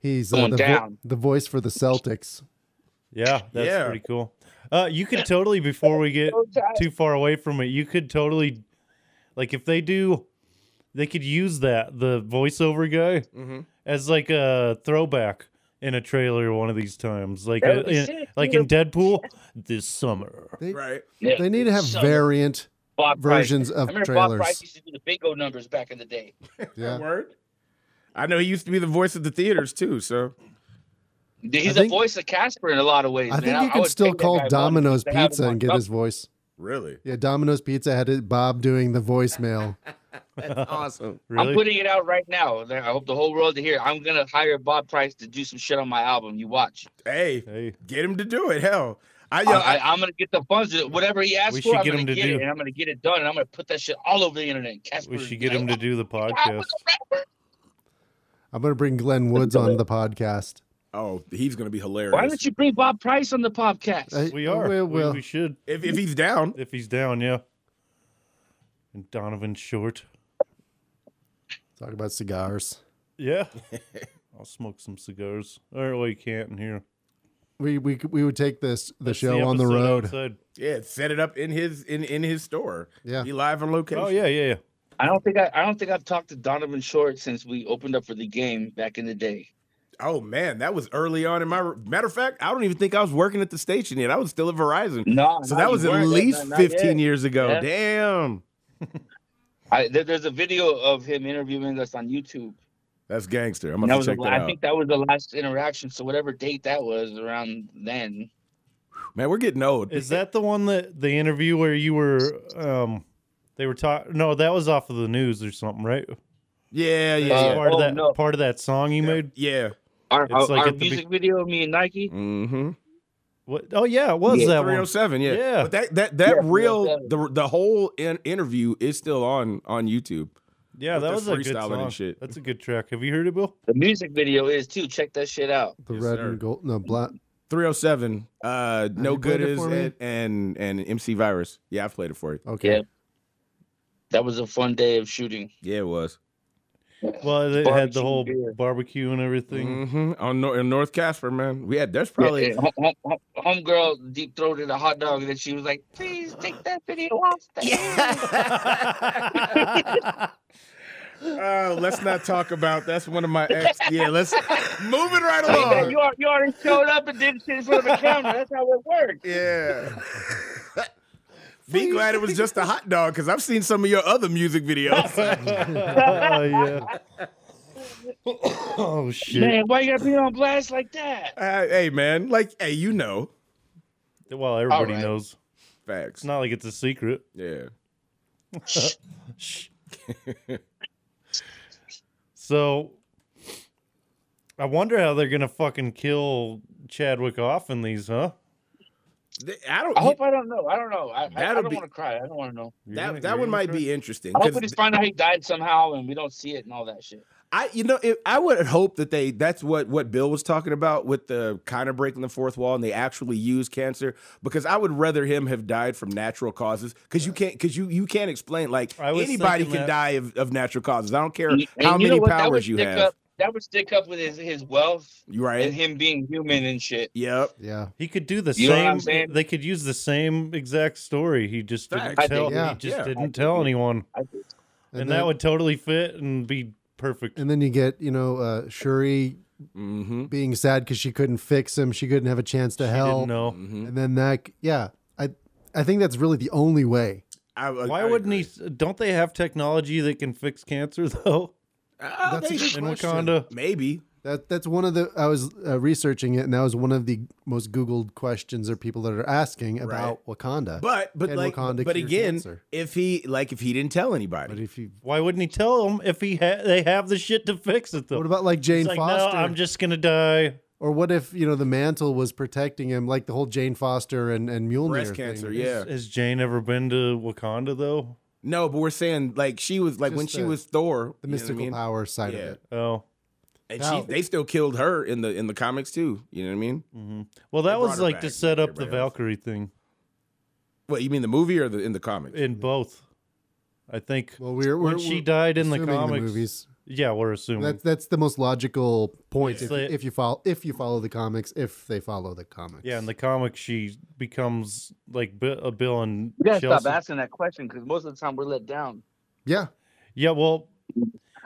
He's uh, Going the, vo- down. the voice for the Celtics. Yeah, that's Yeah. pretty cool. Uh, you could totally, before we get too far away from it, you could totally, like, if they do, they could use that the voiceover guy Mm-hmm. as like a throwback in a trailer one of these times, like That a, would be in- sick, like dude. in Deadpool this summer. They, Right. Yeah, they need to have so- variant Bob Price. versions I of remember Bob Price trailers. used to do the bingo numbers back in the day. Yeah. Word. I know he used to be the voice of the theaters too. So He's think- the voice of Casper in a lot of ways. I man. think you I could would still pick that guy call up Domino's to have Pizza him on and get top. his voice. really, Yeah, Domino's Pizza had it, Bob doing the voicemail. that's awesome. Really? I'm putting it out right now. I hope the whole world to hear. I'm gonna hire Bob Price to do some shit on my album. You watch. <laughs> Hey, hey, get him to do it. Hell, I yo, Uh, I, I, I, am gonna get the funds. Whatever he asks We for, should I'm get gonna him to get it, do- and I'm gonna get it done. And I'm gonna put that shit all over the internet. And Casper we would be should get like, him to do the "I was podcast. a rapper." I'm going to bring Glenn Woods on the podcast. oh, he's gonna be hilarious. Why don't you bring Bob Price on the podcast? I- We are. We, We, will. we should If, if he's down, if he's down. Yeah. And Donovan Short. Talk about cigars. Yeah. I'll smoke some cigars. Or well, you can't in here. We, we, we would take this the That's show on the episode road. outside. yeah, set it up in his in in his store. Yeah. be live on location. Oh yeah, yeah, yeah. I don't think I, I don't think I've talked to Donovan Short since we opened up for the game back in the day. Oh man, that was early on in my matter of fact. I don't even think I was working at the station yet. I was still at Verizon. No, So no, that you was at weren't. least Not- not yet. 15 years ago. Yeah. Damn. I, there, there's a video of him interviewing us on YouTube. That's gangster. I'm going That to was the- check that I out. think that was the last interaction. So whatever date that was around then. Man, we're getting old. Is that the one that the interview where you were um they were talking no, that was off of the news or something, right? yeah, yeah, Uh, part oh, of that no. part of that song you made? yeah. Our, It's our, like our at the be- music video, me and Nike. Mm-hmm. What oh yeah, it was Yeah. that one. 307 yeah. Yeah. but that that that Yeah, real 307. the the whole in, interview is still on on youtube Yeah, with that the was a good freestyling and song. shit. That's a good track. Have you heard it, Bill? The music video is too. Check that shit out. The Yes, red sir. and gold. No, black. 307 uh no you played good it is for me? it and and mc virus yeah i've played it for you Okay. Yeah. That was a fun day of shooting. yeah it was Well, it had the Barbecue whole beer. barbecue and everything. hmm on Nor- in north casper man we had that's probably Yeah, yeah. Home- home- homegirl deep throated a hot dog, and then she was like, "Please take that video off." the air." Uh, let's not talk about that's one of my <laughs> ex yeah let's moving right Yeah, along you, are, you already showed up and did shit in front of a camera. That's how it works. <laughs> yeah be glad it was just a hot dog because i've seen some of your other <laughs> music videos <laughs> <laughs> oh yeah. Mm-hmm. <laughs> oh shit. Man, why you gotta be on blast like that? Uh, hey man like hey you know Well, everybody right. knows. facts It's not like it's a secret. yeah <laughs> Shh. so I wonder how they're gonna fucking kill Chadwick off in these, huh? Th- I don't. I hope I don't know. I don't know. I, I, I That'll don't be- want to cry. I don't want to know. You're gonna- that that you're one gonna might try? be interesting. I hope 'cause we just find out he died somehow and we don't see it and all that shit. I, you know, it, I would hope that they. That's what what Bill was talking about with the kind of breaking the fourth wall, and they actually use cancer because I would rather him have died from natural causes because you can't because you you can't explain like I was anybody thinking that- can die of, of natural causes. I don't care And- and how you know many what? That would powers you stick have. Up, that would stick up with his, his wealth You and right? him being human and shit. Yep. Yeah. He could do the You know what I'm same. saying? They could use the same exact story. He just didn't Facts. I tell. think- Yeah. He just Yeah. I didn't think- tell anyone, I think- and, that would totally fit and be perfect. And then you get, you know, uh, Shuri Mm-hmm. being sad because she couldn't fix him. She couldn't have a chance to I help. didn't know. mm-hmm. And then that, yeah, I, I think that's really the only way. I, Why wouldn't he? Don't they have technology that can fix cancer <laughs> though? Oh, That's a good In Wakanda, Uh, Maybe. That that's one of the I was uh, researching it, and that was one of the most googled questions or people that are asking about Wakanda. But but Can like Wakanda but cure again, cancer? if he like if he didn't tell anybody, But if you, why wouldn't he tell them if he ha- they have the shit to fix it though? what about like Jane It's like, Foster? no, I'm just gonna die. or what if you know the mantle was protecting him, like the whole Jane Foster and and Mjolnir breast thing. cancer, yeah. Has Jane ever been to Wakanda though? No, but we're saying like she was like when Just she the- was Thor, the you know what I mystical mean? power side Yeah. of it. Oh, and Now- she, they still killed her in the in the comics too. You know what I mean? well, that brought was her like back to and set up the everybody else. Valkyrie thing What you mean the movie or the in the comics? in both. I think Mm-hmm. Well, we're, we're when she we're died in the assuming comics. movies. Yeah, we're assuming. That's that's the most logical point Yeah. if, if you follow if you follow the comics if they follow the comics. yeah, in the comic, she becomes like Bi- a Bill and You gotta Chelsea. stop asking that question because most of the time we're let down. yeah. Yeah, well,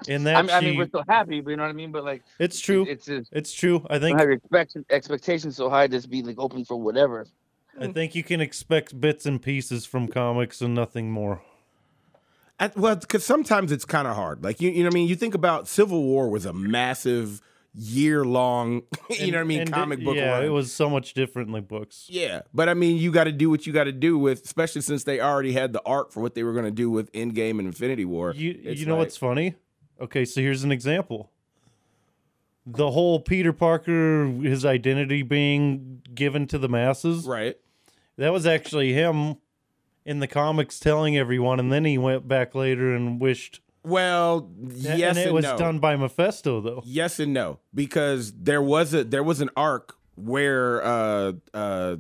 in that I mean, I mean, she- we're so happy, but you know what I mean. But like, it's true. it's just It's true. I think don't have your expect- expectations so high, just be like open for whatever. I think you can expect bits and pieces from comics and nothing more. I, well, because sometimes it's kind of hard. Like you, you know what I mean. You think about Civil War was a massive year long. <laughs> you know what I mean? And- and comic it- book. Yeah, run. it was so much different than books. Yeah, but I mean, you got to do what you got to do with, especially since they already had the arc for what they were going to do with Endgame and Infinity War. You It's you know like- what's funny? Okay, so here's an example. The whole Peter Parker, his identity being given to the masses, right? that was actually him in the comics telling everyone, and then he went back later and wished. Well, yes, and and, it was no. done by Mephisto, though. Yes and no, because there was a there was an arc where uh uh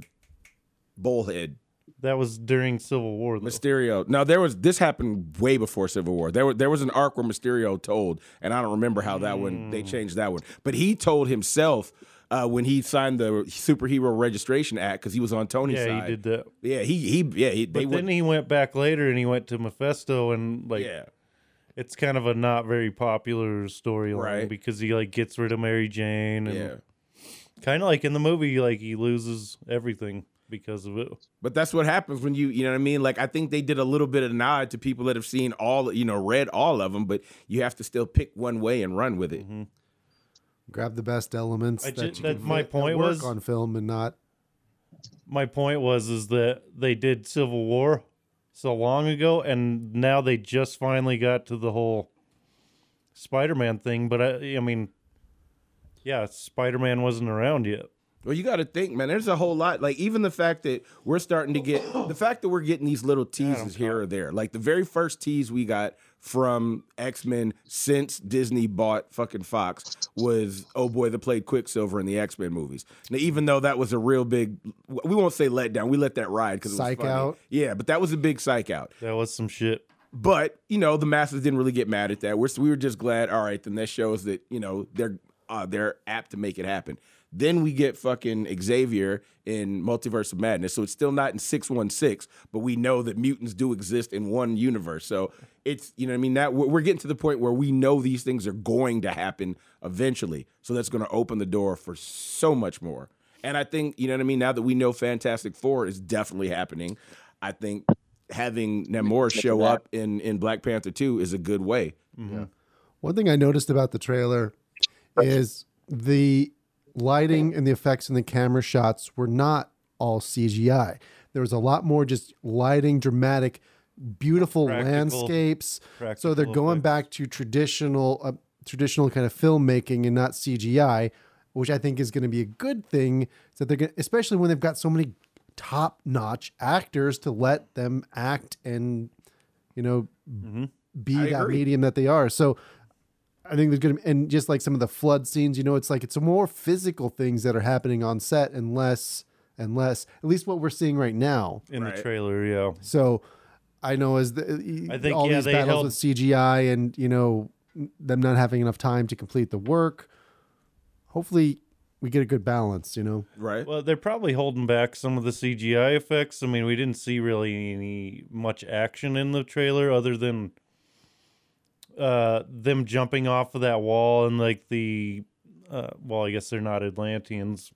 Bullhead That was during Civil War, though. Mysterio. No, there was this happened way before Civil War. There were, there was an arc where Mysterio told, and I don't remember how that one Mm. they changed that one. But he told himself uh, when he signed the Superhero Registration Act because he was on Tony's yeah, side. he did that. Yeah, he he yeah he, But they then went he went back later and he went to Mephisto and like yeah it's kind of a not very popular storyline Right. because he like gets rid of Mary Jane and yeah. kind of like in the movie like he loses everything because of it. But that's what happens when you you know what I mean. Like I think they did a little bit of nod to people that have seen all you know read all of them, but you have to still pick one way and run with it. Mm-hmm. Grab the best elements. I that ju- you that- can my make- that point work was- on film and not My point was is that they did Civil War so long ago and now they just finally got to the whole Spider-Man thing, but I I mean yeah, Spider-Man wasn't around yet. Well, you got to think, man. There's a whole lot. Like even the fact that we're starting to get the fact that we're getting these little teases here or there. Like the very first tease we got from X Men since Disney bought fucking Fox was oh boy that played Quicksilver in the X Men movies. Now even though that was a real big, we won't say letdown. We let that ride because Psych was funny. out. Yeah, but that was a big psych out. That was some shit. But you know, the masses didn't really get mad at that. We're, we were just glad. All right, then that shows that you know they're uh, they're apt to make it happen. Then we get fucking Xavier in Multiverse of Madness, so it's still not in six one six, but we know that mutants do exist in one universe. So it's you know what I mean. That we're we're getting to the point where we know these things are going to happen eventually. So that's going to open the door for so much more. And I think you know what I mean. Now that we know Fantastic Four is definitely happening, I think having Namor show up in in Black Panther 2 is a good way. One thing I noticed about the trailer is the lighting and the effects and the camera shots were not all CGI. There was a lot more just lighting, dramatic, beautiful Practical- landscapes. so they're practical going back to traditional, uh, traditional kind of filmmaking and not CGI, which I think is going to be a good thing. So they're gonna, especially when they've got so many top-notch actors to let them act and you know Mm-hmm. be I that agree. medium that they are. So I think there's gonna be, and just like some of the flood scenes, you know, it's like it's more physical things that are happening on set and less and less, at least what we're seeing right now. In Right. the trailer, yeah. So I know as the e, I think, all yeah, these they battles held- with CGI and you know them not having enough time to complete the work. Hopefully we get a good balance, you know. Right. Well, they're probably holding back some of the CGI effects. I mean, we didn't see really any much action in the trailer other than uh, them jumping off of that wall and like the uh, well, I guess they're not Atlanteans,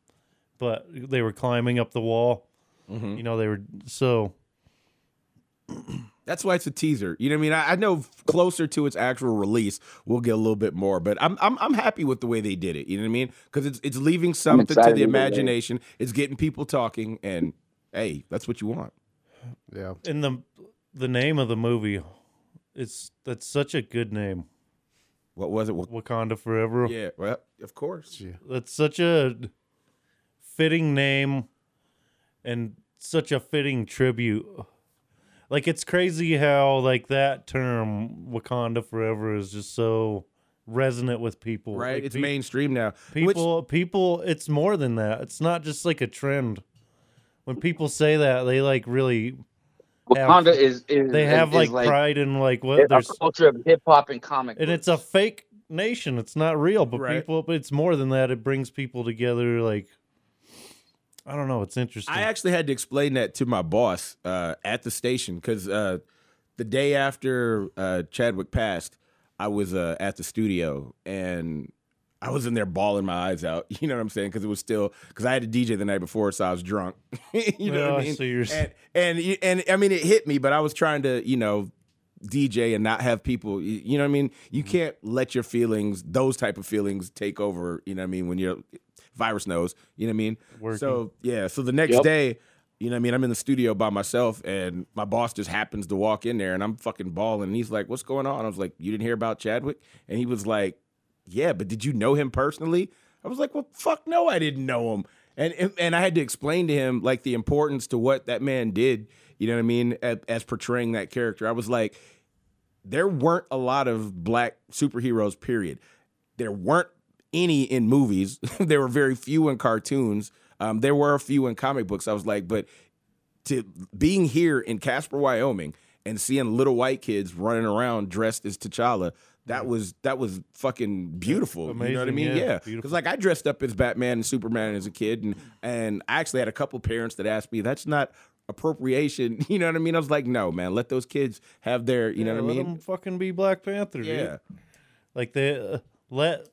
but they were climbing up the wall. Mm-hmm. You know, they were so That's why it's a teaser. You know what I mean? I, I know closer to its actual release, we'll get a little bit more, but I'm I'm, I'm happy with the way they did it. You know what I mean? Because it's it's leaving something to excited the either way. imagination. It's getting people talking, and hey, that's what you want. Yeah. in the the name of the movie. It's that's such a good name, What was it? Well, Wakanda Forever. yeah, well, of course. That's such a fitting name and such a fitting tribute. Like it's crazy how like that term Wakanda forever is just so resonant with people. Right? Like, it's pe- mainstream now. Which- people people it's more than that. It's not just like a trend. When people say that, they like really have- Wakanda is, is they have is like, like pride in like what a there's culture of hip hop and comic. and it's a books. fake nation. It's not real, but Right. people. But it's more than that. It brings people together. Like I don't know. It's interesting. I actually had to explain that to my boss uh, at the station because uh, the day after uh, Chadwick passed, I was uh, at the studio and I was in there bawling my eyes out. <laughs> You know what I'm saying? Because it was still because I had to DJ the night before, so I was drunk. <laughs> you know Oh, what I mean? so you're- and, and you- and I mean it hit me, but I was trying to you know DJ and not have people. You you know what I mean? You Mm-hmm. can't let your feelings, those type of feelings, take over. You know what I mean? When you're virus knows. You know what I mean? Working. So yeah. So the next Yep. day, you know what I mean? I'm in the studio by myself, and my boss just happens to walk in there, and I'm fucking balling. And he's like, "What's going on?" I was like, "You didn't hear about Chadwick?" And he was like, "Yeah, but did you know him personally?" I was like, "Well, fuck no, I didn't know him." And and- and I had to explain to him like the importance to what that man did. You know what I mean? As, as portraying that character, I was like, there weren't a lot of black superheroes period there weren't any in movies <laughs> there were very few in cartoons um, there were a few in comic books i was like but to being here in casper wyoming and seeing little white kids running around dressed as t'challa that was that was fucking beautiful you know what i amazing, mean yeah, yeah beautiful. because like i dressed up as batman and superman as a kid and and i actually had a couple parents that asked me that's not appropriation <laughs> you know what i mean i was like no man let those kids have their you know Yeah, what i let mean them fucking be Black Panther. dude. yeah Like they uh, let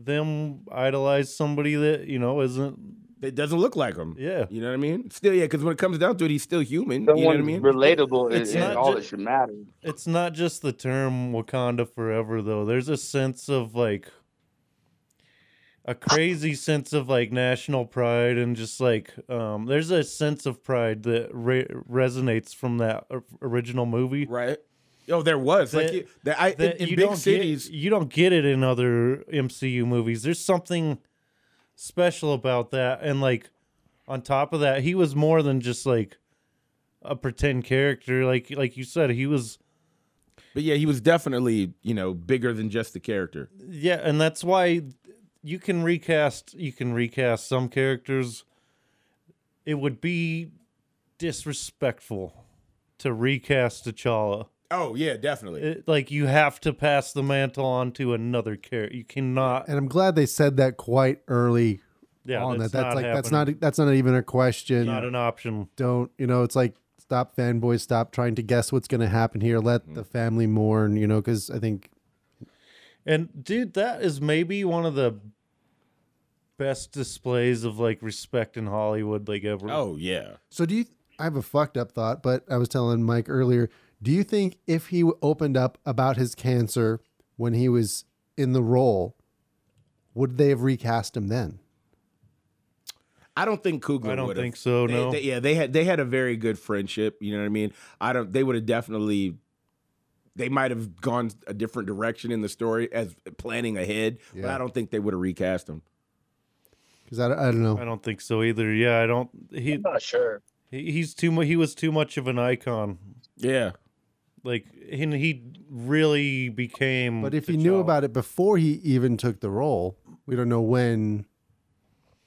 them idolize somebody that you know isn't. it doesn't look like him. Yeah. You know what I mean? Still, yeah, because when it comes down to it, he's still human. you know someone what I mean? relatable It's is, is not all ju- that should matter. It's not just the term Wakanda forever though. There's a sense of like a crazy sense of like national pride and just like um there's a sense of pride that re- resonates from that or- original movie. right. Oh, there was like That- you, that I, that in, you in don't big cities. Get, you don't get it in other MCU movies. There's something special about that, and like on top of that, he was more than just like a pretend character. Like like you said, he was But yeah, he was definitely you know bigger than just the character. yeah, and that's why you can recast you can recast some characters. It would be disrespectful to recast T'Challa. Oh yeah, definitely. It, like you have to pass the mantle on to another character. You cannot. And I'm glad they said that quite early Yeah, on. that's, That that's not like that's happening. not that's not e, even a question. not an option. Don't you know? It's like stop fanboys, stop trying to guess what's going to happen here. Let the family mourn. You know, because I think And dude, that is maybe one of the best displays of like respect in Hollywood like ever. oh yeah. So do you? I have a fucked up thought, but I was telling Mike earlier. Do you think if he opened up about his cancer when he was in the role, would they have recast him then? I don't think Kugler. I don't would've. think so, They- no. they- yeah, they had they had a very good friendship. You know what I mean? I don't. They would have definitely. They might have gone a different direction in the story as planning ahead, but Yeah. I don't think they would have recast him. Because I, I don't know. I don't think so either. Yeah, I don't. He I'm not sure. he- he's too much. He was too much of an icon. Yeah, Like, and he really became. But if he knew T'Challa. about it before he even took the role, we don't know when.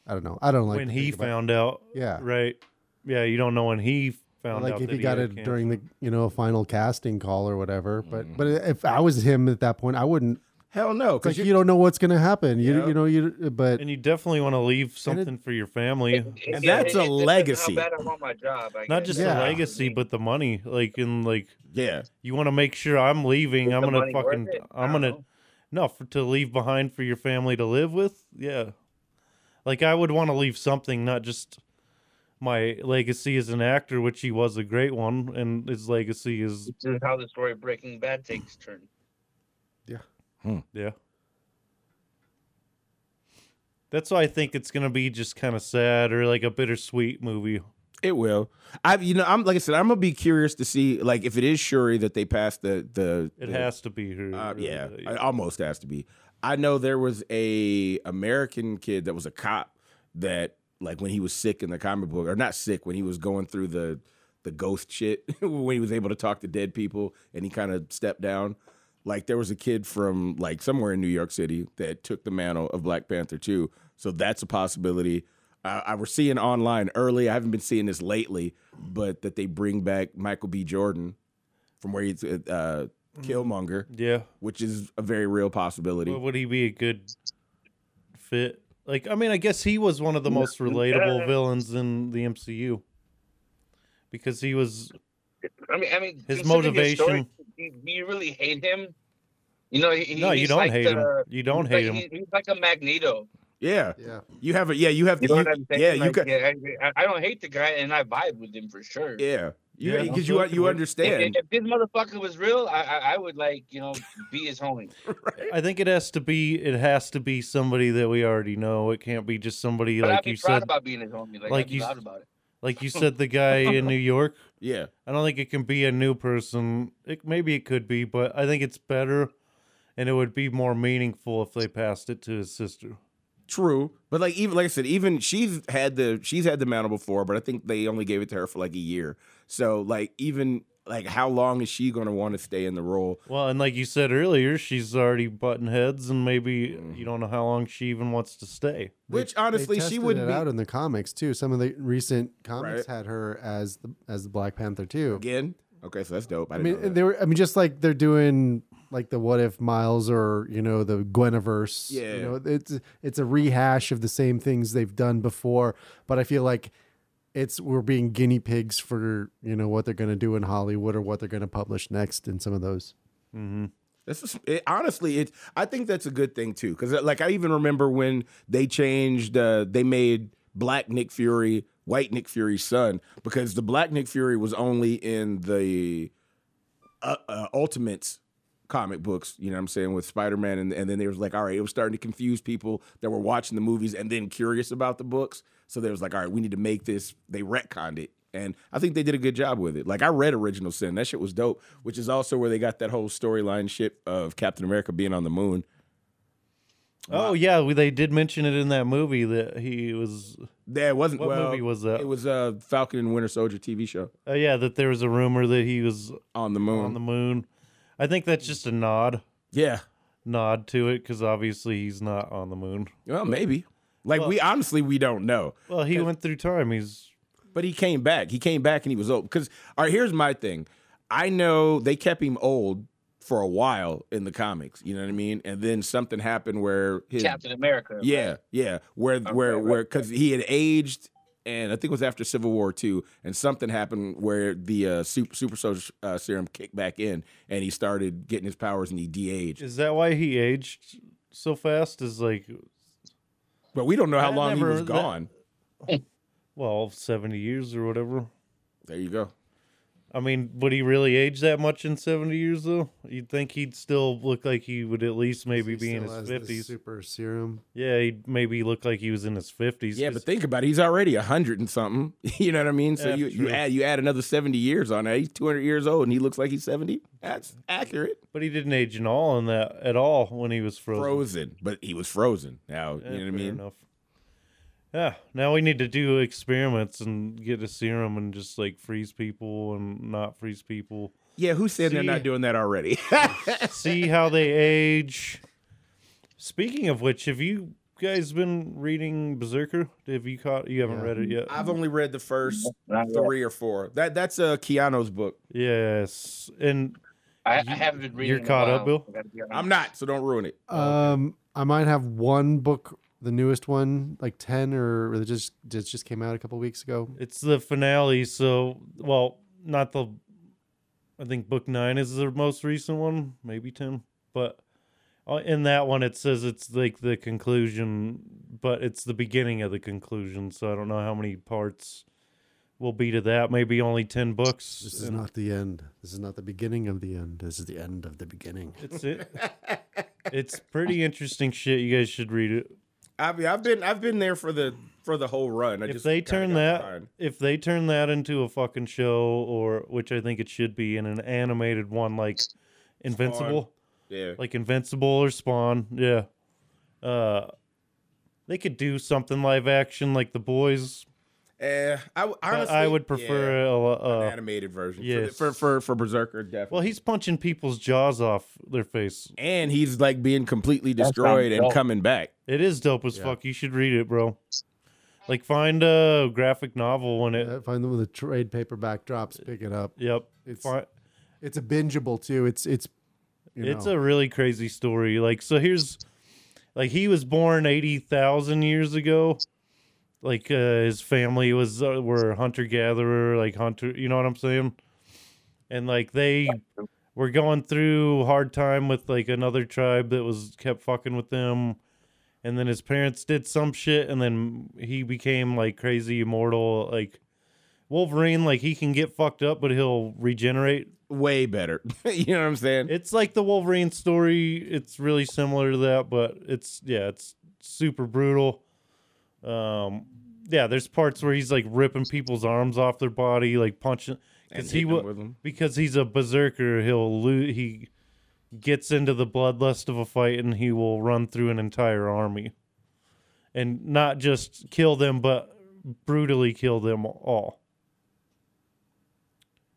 I don't know. I don't like when to he think about- found out, Yeah. right? Yeah, you don't know when he found like out. if that he got had it cancer. during the you know final casting call or whatever. But but if I was him at that point, I wouldn't Hell no, It's like because you don't know what's going to happen. You Yeah. you know you but And you definitely want to leave something for your family. And that's depends a on legacy. How bad I want my job. I Not guess. just Yeah. the legacy, but the money. Like in like yeah, you want to make sure I'm leaving. Is I'm the gonna money worth fucking. it? Oh. I I'm don't gonna know. no for, to leave behind for your family to live with. Yeah, like I would want to leave something, not just my legacy as an actor, which he was a great one, and his legacy is This is how the story of Breaking Bad takes turn. yeah. That's why I think it's gonna be just kind of sad or like a bittersweet movie. it will. I, you know, I'm like I said, I'm gonna be curious to see like if it is Shuri that they passed the the. It the- has to be her. Uh, yeah, uh, it almost has to be. I know there was a American kid that was a cop that like when he was sick in the comic book, or not sick when he was going through the the ghost shit <laughs> when he was able to talk to dead people and he kind of stepped down. Like there was a kid from like somewhere in New York City that took the mantle of Black Panther too, so that's a possibility. I, I was seeing online early. I haven't been seeing this lately, but that they bring back Michael B. Jordan from where he's uh, Killmonger yeah. which is a very real possibility. Well, would he be a good fit? Like, I mean, I guess he was one of the <laughs> most relatable villains in the MCU because he was I mean, I mean, His considering the story, motivation- do do you really hate him? You know, he, no, he's you don't like hate the, him. You don't he's hate like, him. he- he's like a Magneto. yeah, yeah. you have a yeah, you have You know what I'm saying? yeah, you Like, got yeah, I, I don't hate the guy, and I vibe with him for sure. yeah, you Yeah, because I'm you sure. you If, if, understand. if this motherfucker was real, I, I I would like you know be his <laughs> homie. I think it has to be. It has to be somebody that we already know. It can't be just somebody But I'd like be you proud said. about being his homie. Like, like I'd be you s- proud about it. <laughs> Like you said, the guy in New York. Yeah, I don't think it can be a new person. It maybe it could be, but I think it's better, and it would be more meaningful if they passed it to his sister. true. But like even like I said, even she's had the she's had the mantle before, but I think they only gave it to her for like a year. So like even like how long is she going to want to stay in the role? Well, and like you said earlier, she's already butting heads, and maybe you don't know how long she even wants to stay. Which They honestly, she tested would it be out in the comics too. Some of the recent comics had her as the as the Black Panther too. again. Okay, so that's dope. I, I didn't know mean, that. they were. I mean, just like they're doing like the What If Miles or you know the Gweniverse. Yeah. you know it's it's a rehash of the same things they've done before, but I feel like it's we're being guinea pigs for you know what they're going to do in Hollywood or what they're going to publish next in some of those. Mm-hmm. This is it, honestly, it. I think that's a good thing too, because like I even remember when they changed, uh, they made Black Nick Fury White Nick Fury's son because the Black Nick Fury was only in the uh, uh, Ultimates comic books. You know what I'm saying with Spider Man, and, and then they was like, all right, it was starting to confuse people that were watching the movies and then curious about the books. So they was like, all right, we need to make this. They retconned it. And I think they did a good job with it. Like I read Original Sin, that shit was dope. Which is also where they got that whole storyline shit of Captain America being on the moon. Oh yeah, we, they did mention it in that movie that he was. There wasn't. What well, movie was that? It was uh, Falcon and Winter Soldier TV show Oh yeah, that there was a rumor that he was on the moon. on the moon. I think that's just a nod, yeah. nod to it, because obviously he's not on the moon. Well, maybe. Like we honestly we don't know. Well, he went through time. He's But he came back. He came back and he was old. Because all right, here's my thing. I know they kept him old for a while in the comics. You know what I mean? And then something happened where his Captain America. Yeah, yeah. Where where right, where because he had aged, and I think it was after Civil War II, and something happened where the uh, super super soldier uh, serum kicked back in, and he started getting his powers, and he de-aged. is that why he aged so fast? Is like But we don't know how I long never- he was that- gone. well seventy years or whatever. There you go. I mean, would he really age that much in seventy years though? You'd think he'd still look like he would at least maybe He be in still his has the fifties. Super serum. Yeah, he'd maybe look like he was in his fifties. Yeah, but think about it. He's already hundred and something. <laughs> you know what I mean? So Yeah, you you true. add you add another seventy years on that. He's two hundred years old, and he looks like he's seventy. That's accurate. but he didn't age in all in that at all when he was frozen. Frozen, but he was frozen. Now Yeah, you know what I fair mean? Enough. Yeah. Now we need to do experiments and get a serum and just like freeze people and not freeze <laughs> people. Yeah, who said they're See- not doing that already? <laughs> See how they age. Speaking of which, have you guys been reading Berserker? Have you caught? You haven't Yeah. read it yet. I've only read the first Not yet. three or four. That that's uh, Keanu's book. Yes, and I, I You- haven't been reading. you're in a caught up, while, Bill? I gotta be honest. I'm not, so don't ruin it. Um, I might have one book, the newest one, like ten or, or that just just just came out a couple weeks ago. It's the finale, so well, not the. I think book nine is the most recent one, maybe ten, but uh, in that one it says it's like the conclusion, but it's the beginning of the conclusion. So I don't know how many parts will be to that. Maybe only ten books. This is and not the end. This is not the beginning of the end. This is the end of the beginning. It's it. it's pretty interesting shit. You guys should read it. I've, I've been I've been there for the for the whole run. I if just they kinda turn got that behind. if they turn that into a fucking show or which I think it should be in an animated one like Invincible, yeah, like Invincible or Spawn, yeah. Uh they could do something live action like The Boys. Eh, I w- but honestly I would prefer yeah, a, an uh, animated version. yes. For, for for Berserker, definitely. well, he's punching people's jaws off their face. and he's like being completely That sounds destroyed and dope. coming back. It is dope as Yeah. fuck. You should read it, bro. Like find a graphic novel when it. Uh, find them with the trade paperback drops. Pick it up. Yep. It's Fi- it's a bingeable too. It's it's you it's know, a really crazy story. Like, so here's like he was born eighty thousand years ago. Like uh, his family was uh, were hunter gatherer, like hunter. You know what I'm saying? And like they were going through hard time with like another tribe that was kept fucking with them. And then his parents did some shit, and then he became like crazy immortal. Like Wolverine, like he can get fucked up, but he'll regenerate Way better. <laughs> you know what I'm saying? it's like the Wolverine story. It's really similar to that, but it's yeah, it's super brutal. Um, yeah, there's parts where he's like ripping people's arms off their body, like punching And because he hitting wa- him with him. because he's a berserker. He'll lo- he gets into the bloodlust of a fight and he will run through an entire army, and not just kill them, but brutally kill them all.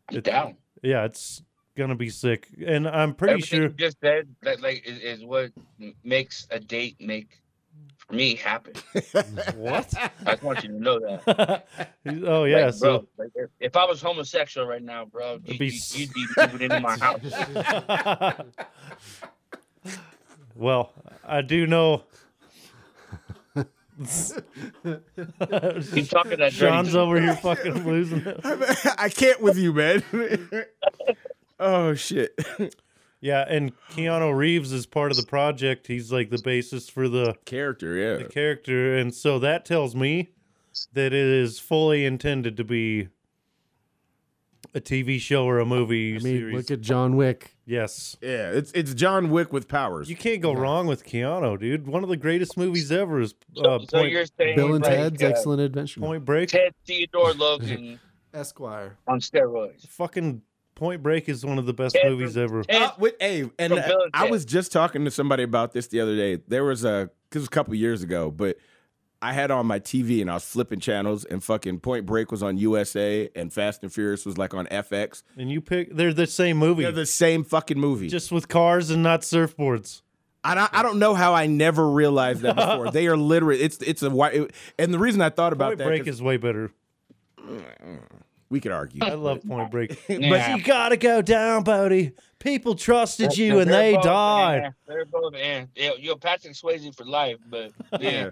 I'm It's- down. Yeah, it's gonna be sick, and I'm pretty Everything sure. you just said that like is, is what m- makes a date make for me happen. <laughs> What? I just want you to know <laughs> that. oh yeah, Like, so bro, like, if- if I was homosexual right now, bro, you, be you, s- you'd be moving into <laughs> my house. well, I do know Keep talking that dirty. Sean's shit. over <laughs> here fucking losing it. <laughs> I can't with you, man. <laughs> oh shit. <laughs> Yeah, and Keanu Reeves is part of the project. He's like the basis for the, Character, yeah. the character, and so that tells me that it is fully intended to be a TV show or a movie I mean, series. look at John Wick. yes. Yeah, it's it's John Wick with powers. You can't go wrong with Keanu, dude. One of the greatest movies ever is so uh, Point, you're saying Bill and like, Ted's uh, Excellent Adventure. Point Break. Ted Theodore Logan <laughs> Esquire. on steroids. Fucking Point Break is one of the best Ted movies ever. Ted, Uh, wait, hey, and From Bill and I Ted. was just talking to somebody about this the other day. There was a cause it was a couple years ago, but I had on my TV and I was flipping channels and fucking Point Break was on USA and Fast and Furious was like on FX. And you pick they're the same movie. They're the same fucking movie. just with cars and not surfboards. I don't, I don't know how I never realized that before. they are literally it's it's a why and the reason I thought about Point that Break 'cause is way better. we could argue. I <laughs> love Point Break. Yeah. But you gotta go down, Bodie. People trusted you and They're they both- died. yeah, They're both, yeah. Yeah, You're Patrick Swayze for life, <laughs> but yeah. yeah.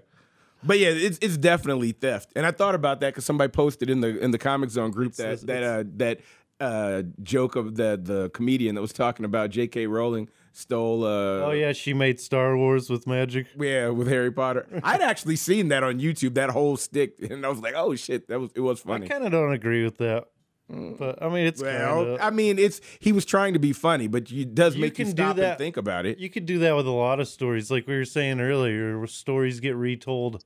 But yeah, it's it's definitely theft. And I thought about that because somebody posted in the in the comic zone group that it's- that uh, that uh, joke of the the comedian that was talking about J.K. Rowling stole. Uh, Oh yeah, she made Star Wars with magic. Yeah, with <laughs> Harry Potter. I'd actually seen that on YouTube, that whole stick, and I was like, "Oh shit, that was it was I funny." Mm. kinda don't agree with that. But I mean it's Well, kinda, I mean, it's he was trying to be funny, but you- it does You make you, can do stop that. and think about it. you could do that with a lot of stories, like we were saying earlier, where stories get retold.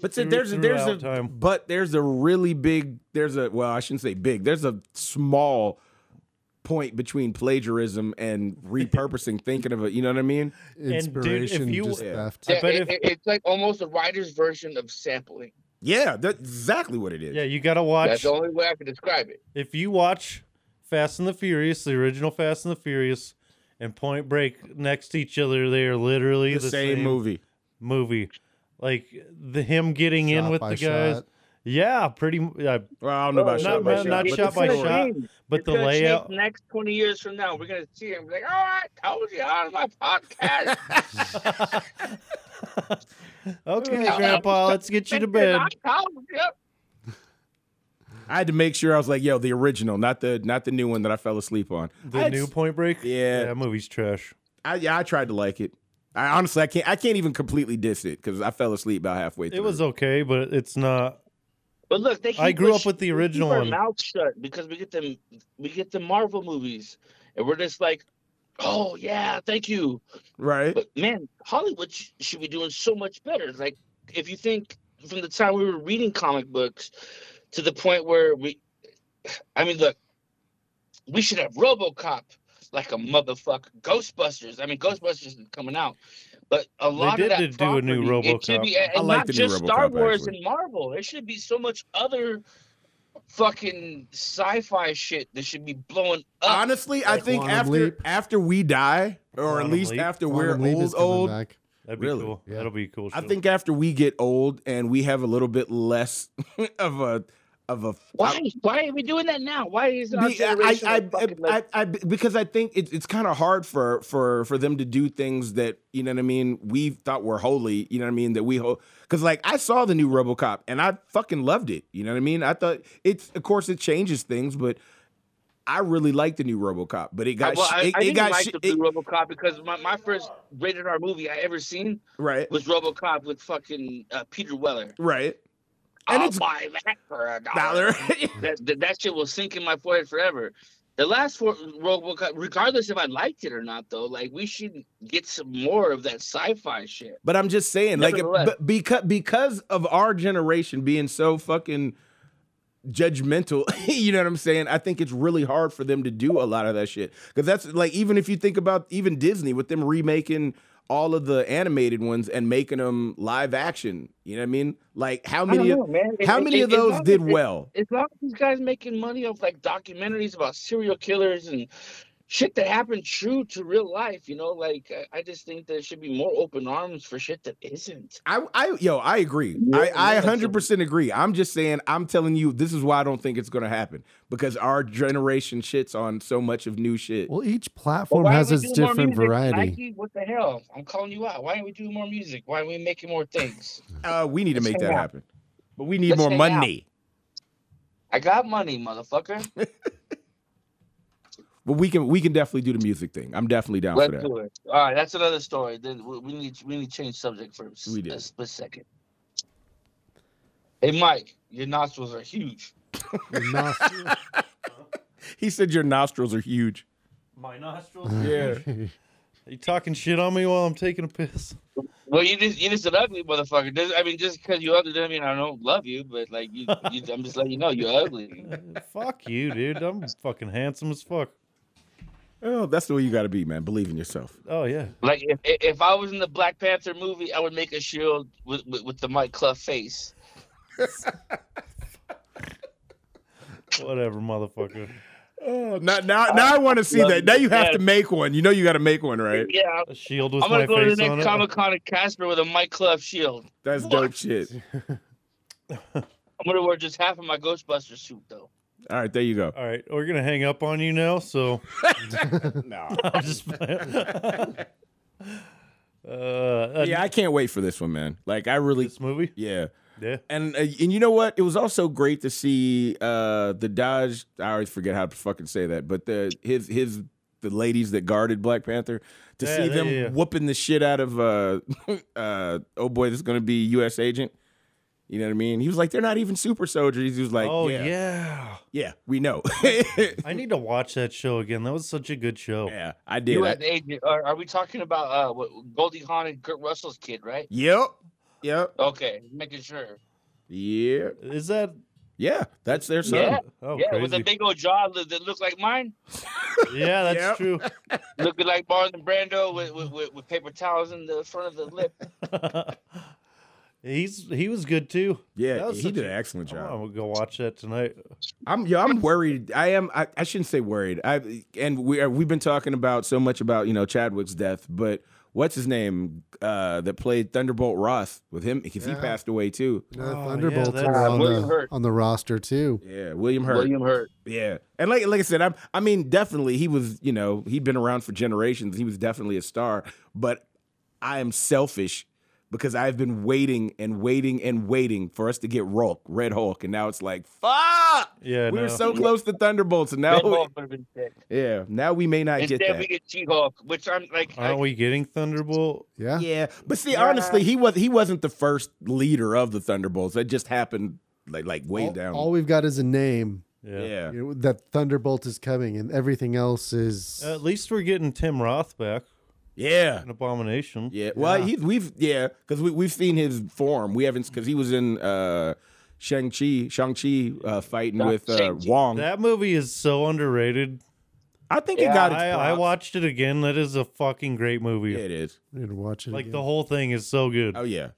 But see, through- there's a, there's a throughout time. but there's a really big there's a well I shouldn't say big there's a small point between plagiarism and repurposing <laughs> thinking of it. You know what I mean? dude, if Inspiration you- just Yeah. theft. I bet it- if- it- it's like almost a writer's version of sampling. Yeah, that's exactly what it is. Yeah, you gotta watch That's the only way I can describe it. if you watch Fast and the Furious, the original Fast and the Furious, and Point Break next to each other, they are literally the, the, same, movie. movie. Like the him getting in Shot with by the guys, shot. Yeah, pretty. m- Yeah, Well, I don't know Not- about shot by not- shot. not but shot the by story- shot. but It's the gonna change layout. Next twenty years from now, we're gonna see him like, "Oh, I told you on my <laughs> podcast." okay, Yeah. Grandpa, let's get you to bed. I told you. I had to make sure I was like, yo, the original, not the not the new one that I fell asleep on. The I'd new s- Point Break. Yeah. that movie's trash. I yeah, I tried to like it. I honestly I can't I can't even completely diss it because I fell asleep about halfway through. It was okay, but it's not. But look, they I keep grew us- up with the we keep original our one. Mouth shut because we get them, we get the Marvel movies, and we're just like, "Oh yeah, thank you." right. But man, Hollywood sh- should be doing so much better. Like, if you think from the time we were reading comic books to the point where we, I mean, look, we should have RoboCop like a motherfucker. Ghostbusters. I mean, Ghostbusters is coming out, but a lot did of that to do a new property, It should RoboCop. be, and I like not the new just Star RoboCop, Wars actually. and Marvel. There should be so much other fucking sci-fi shit that should be blowing up. Honestly, I think Quantum after Leap. after we die, or Quantum at least Leap. after Quantum we're Leap old is coming old, back. That'd be Really? cool. Yeah. That'll be cool. I shit. <laughs> think after we get old and we have a little bit less <laughs> of a of a Why? Why are we doing that now? Why is our Be- I- generation I- like fucking I- like, I- I- because I think it's it's kind of hard for for for them to do things that you know what I mean. We thought were holy, you know what I mean. That we because like I saw the new RoboCop and I fucking loved it. You know what I mean. I thought it's of course it changes things, but I really liked the new RoboCop. But it got well, sh- I, it, I it didn't got like sh- the it- blue RoboCop because my, my first rated R movie I ever seen right was RoboCop with fucking uh, Peter Weller. right And I'll it's- buy that for a dollar. dollar. <laughs> that, that that shit will sink in my forehead forever. The last four, RoboCop, regardless if I liked it or not, though, like we should get some more of that sci-fi shit. But I'm just saying, like, Nevertheless. but because because of our generation being so fucking judgmental, <laughs> you know what I'm saying? I think it's really hard for them to do a lot of that shit because that's like even if you think about even Disney with them remaking all of the animated ones and making them live action, you know what I mean? Like how many of, man. how many of those did well? as long as these guys making money off like documentaries about serial killers and shit that happened true to real life, you know, like I, I just think there should be more open arms for shit that isn't. I, I yo, I agree. Yeah, I, I yeah, 100% agree. I'm just saying, I'm telling you, this is why I don't think it's going to happen because our generation shits on so much of new shit. Well, each Well, platform why has aren't its we doing more different music? <laughs> variety. Nike, what the hell? I'm calling you out. Why aren't we doing more music? Why aren't we making more things? Uh, we need to Let's make hang that out. happen. But we need Let's more hang out. money. I got money, motherfucker. But we can we can definitely do the music thing. I'm definitely down Let's for that. do it. All right, that's another story. Then we we need we need to change subject for a s- We do. a split second. Hey, Mike, your nostrils are huge. <laughs> Enough. He said your nostrils are huge. my nostrils. Yeah. Are <laughs> you talking shit on me while I'm taking a piss? <laughs> Well, you just you just an ugly motherfucker. Does- I mean, just because you ugly doesn't mean I don't love you. But like, you, you I'm just letting you know <laughs> you're ugly. fuck you, dude. I'm fucking handsome as fuck. Oh, that's the way you got to be, man. Believe in yourself. Oh yeah. Like, if if I was in the Black Panther movie, I would make a shield with with, with the Mike Clough face. Whatever, motherfucker. Oh, now now, now I want to see love that. Now you have Yeah. to make one. You know you got to make one, <laughs> right? Yeah, I'm- A shield with I'm my gonna go to face the on next it. Comic Con at Casper with a Mike Clough shield. That's dope shit. I'm gonna wear just half of my Ghostbuster suit though. All right, there you go. All right, we're gonna hang up on you now. <laughs> So No. <laughs> I'm just. playing. uh, Yeah, I can't wait for this one, man. Like I <laughs> really this movie. yeah. Yeah. And uh, and you know what? It was also great to see uh, the Dodge. I always forget how to fucking say that, but the his his the ladies that guarded Black Panther to Yeah, see they- them yeah. whooping the shit out of uh, <laughs> uh, oh boy, this is gonna be U.S. agent. You know what I mean? He was like, they're not even super soldiers. He was like, oh yeah, yeah, yeah. we know. <laughs> I need to watch that show again. That was such a good show. yeah, I did. you I- as an agent, are, are we talking about uh what, Goldie Hawn and Kurt Russell's kid, right? yep, yep, Okay, making sure. yeah, Is that? yeah. That's their son. Yeah. Oh, yeah, with crazy. a big old jaw that that looked like mine. <laughs> Yeah, that's true. Yep. looking like Marlon Brando with, with, with, with paper towels in the front of the lip. <laughs> <laughs> He's he was good too. That Yeah, was he such did a- an excellent I'm job. gonna go watch that tonight. I'm yeah, I'm worried. I am. I, I shouldn't say worried. I and we are, we've been talking about so much about you know Chadwick's death, but what's his name uh, that played Thunderbolt Ross with him because he Yeah. passed away too. Another Oh, yeah, Thunderbolts that's- are Uh, on, William the, Hurt. on the roster too. Yeah, William Hurt. William Hurt. Yeah, and like like I said, I'm I mean definitely he was you know he'd been around for generations. He was definitely a star, but I am selfish because I've been waiting and waiting and waiting for us to get Hulk, Red Hulk, and now it's like fuck. Yeah, we no. were so close to Thunderbolts, and now Red Hulk would've been sick. yeah, now we may not get Instead, that. we get She-Hulk, which I'm like, I, Aren't we getting Thunderbolt? Yeah. Yeah, but see, Yeah. honestly, he was he wasn't the first leader of the Thunderbolts. That just happened like like way all, down. all we've got is a name. Yeah. yeah. You know, that Thunderbolt is coming, and everything else is At least we're getting Tim Roth back. yeah. An abomination. Yeah. Well, Yeah. he's we've yeah, because we we've seen his form. We haven't because he was in uh, Shang Chi, Shang Chi uh, fighting Yeah, with uh, Shang-Chi. Wong. That movie is so underrated. I think it Yeah, got its I, I props. watched it again. That is a fucking great movie. Yeah, it is. I need to watch it. like again. the whole thing is so good. Oh yeah.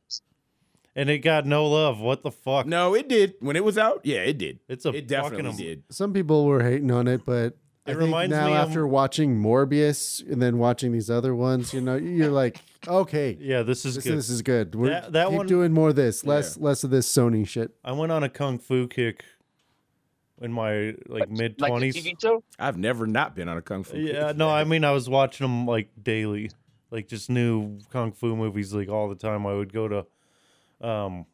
And it got no love. What the fuck? No, it did when it was out. Yeah, it did. It's a fucking it definitely am- did. some people were hating on it, but I It think reminds now me of- after watching Morbius and then watching these other ones, you know, you're <laughs> like, okay, Yeah, this is this, good. this is good. We're That- that keep one- doing more of this, less less of this Sony shit. <laughs> I went on a kung fu kick in my like mid like the twenties. TV show. I've never not been on a kung fu. kick. Yeah, no, I mean I was watching them like daily, like just new kung fu movies like all the time. I would go to, um,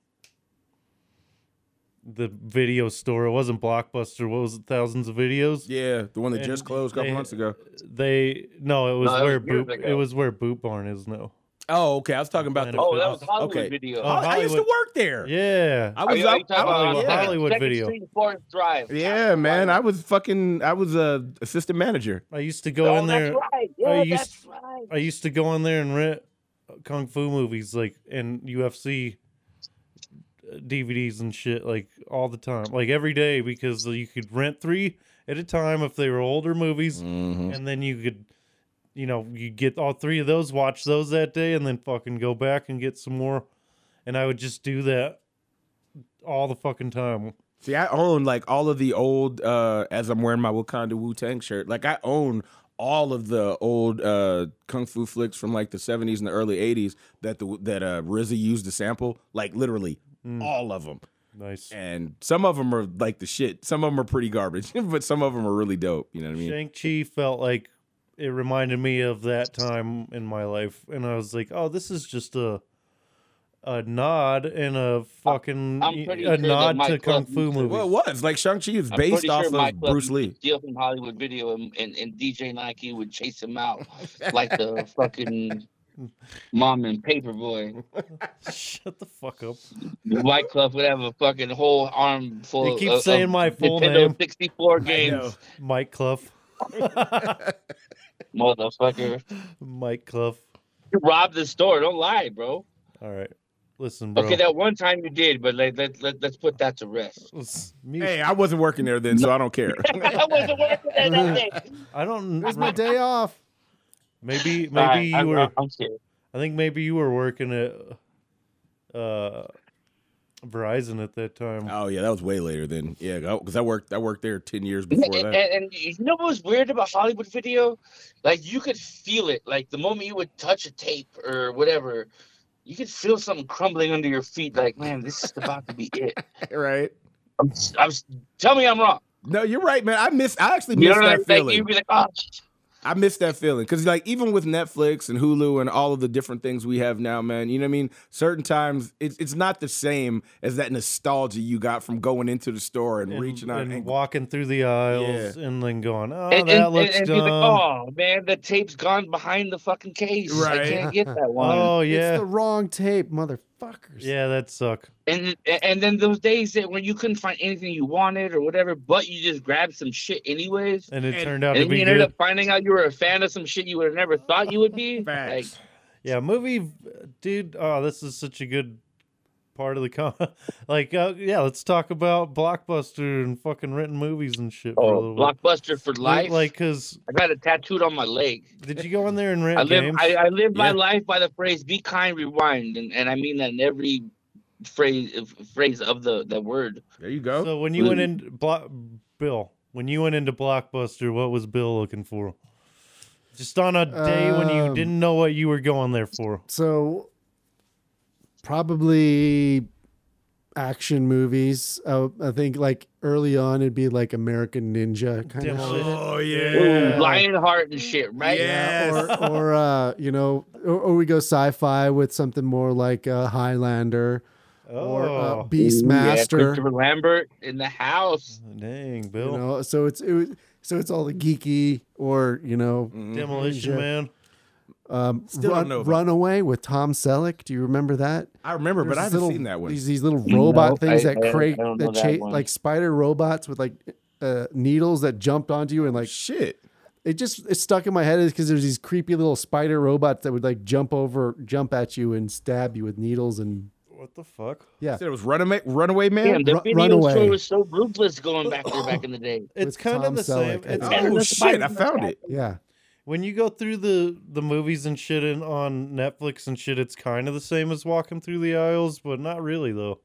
the video store. It wasn't Blockbuster. What was it? Thousands of videos. Yeah, the one that And just closed a couple they- months ago. They no, it was No, that where was years boot. ago. It was where Boot Barn is now. Oh, okay. I was talking about the. Oh, Oh, that was Hollywood Okay. video. Oh, I, I used to Hollywood. work there. Yeah, I Are was you- are out. you talking I- about, Hollywood- yeah. uh, Hollywood Second video. Street, Forest Drive. Yeah, man. I was fucking. I was a assistant manager. I used to Oh, go in there. That's right. Yeah, I used- that's right. I used to go in there and rent kung fu movies, like and UFC uh, DVDs and shit, like all the time, like every day, because you could rent three at a time if they were older movies, Mm-hmm. and then you could, you know, you get all three of those, watch those that day, and then fucking go back and get some more. And I would just do that all the fucking time. See, I own like all of the old uh as I'm wearing my Wakanda Wu Tang shirt. Like I own all of the old uh kung fu flicks from like the 70s and the early 80s that the that uh RZA used to sample, like literally Hmm. Mm. all of them. Nice. And some of them are like the shit. Some of them are pretty garbage, <laughs> but some of them are really dope, you know what I mean? Shang Chi felt like it reminded me of that time in my life, and I was like, "Oh, this is just a a nod and a fucking e, I'm pretty a sure that nod my to kung club fu used to- movies." <laughs> Well, it was like Shang-Chi is I'm based pretty off sure my of club Bruce Lee. Deal from Hollywood Video and, and, and DJ Nike would chase him out like the fucking mom and paper boy. Shut the fuck up! The White Club would have a fucking whole arm full You keep of, saying of my full uh, um, Nintendo name. 64 I know. games, Mike Clough. motherfucker. Mike Clough. You robbed the store. Don't lie, bro. All right, listen, bro. Okay, that one time you did, but let, let, let, let's put that to <laughs> rest. Let's mute. Hey, uh, I wasn't working there then, so I <laughs> don't care. I wasn't working at that day. I don't. It's my day off. Maybe maybe Alright, you I'm, were. I'm serious. I think maybe you were working at uh Verizon at that time. Oh yeah, that was way later then. Yeah, because I worked I worked there ten years And, before that. <laughs> and- and you know what was weird about Hollywood video? Like you could feel it. Like the moment you would touch a tape or whatever, you could feel something crumbling under your feet. Like, man, this is about to be <laughs> it. right? I'm, I'm, tell me I'm wrong. No, you're right, man. I miss. I actually You miss know what I that mean? Like, feeling. you'd be like, oh, I miss that feeling because, like, even with Netflix and Hulu and all of the different things we have now, man. You know what I mean? Certain times it's it's not the same as that nostalgia you got from going into the store and, and, reaching out and and walking through the aisles and then going, oh, and, that and, looks and, and dumb. be like, oh man, the tape's gone behind the fucking case. Right. I can't <laughs> get that one. oh It's yeah, the wrong tape, motherfuckers. yeah, that suck. And and then those days that when you couldn't find anything you wanted or whatever, but you just grabbed some shit anyways. And it And- turned out And to then you be ended good. up finding out you were a fan of some shit you would have never thought you <laughs> would be. Like, Facts. yeah, movie, dude. Oh, this is such a good part of the con. <laughs> like, uh, yeah, let's talk about blockbuster and fucking renting movies and shit. for a oh, little bit. blockbuster for Like- life. Like, cause I got it tattooed on my leg. did you go in there and rent I live, games? I, I live my Yeah. life by the phrase "be kind, rewind," and, and I mean that in every phrase phrase of the the word. there you go. so when you went in, Blo- Bill, when you went into blockbuster, what was Bill looking for? Just on a day when you Um, didn't know what you were going there <laughs> for. So probably action movies. Uh, I think like early on it'd be like American Ninja kind of Demolition. shit. Oh Ooh, yeah. Lionheart and shit, right? Yes. Or, or uh, you know, or, or we go sci-fi with something more like uh, Highlander or uh, Oh, Yeah, Beastmaster. Christopher Lambert in the house. dang, you Bill. know, so it's it was, so it's all the geeky or you know, Mm-hmm. Demolition Yeah. Man. um, Still don't Run- know about- Runaway with Tom Selleck. Do you remember that? I remember, but There's I these haven't little- seen that one. These these little robot No, things I- that I- create I don't that, know that cha- one. like spider robots with like uh, needles that jumped onto you and like Shit. it just it stuck in my head because there's these creepy little spider robots that would like jump over, jump at you and stab you with needles and What the fuck? yeah. Said it was Runaway, Runaway Man. Damn, the Ru- video Runaway. store was so ruthless going back there back in the day. It's With kind Tom of the Selleck, I same. It's think. Oh shit! I found it. Yeah, <laughs> when you go through the the movies and shit in, on Netflix and shit, it's kind of the same as walking through the aisles, but not really though.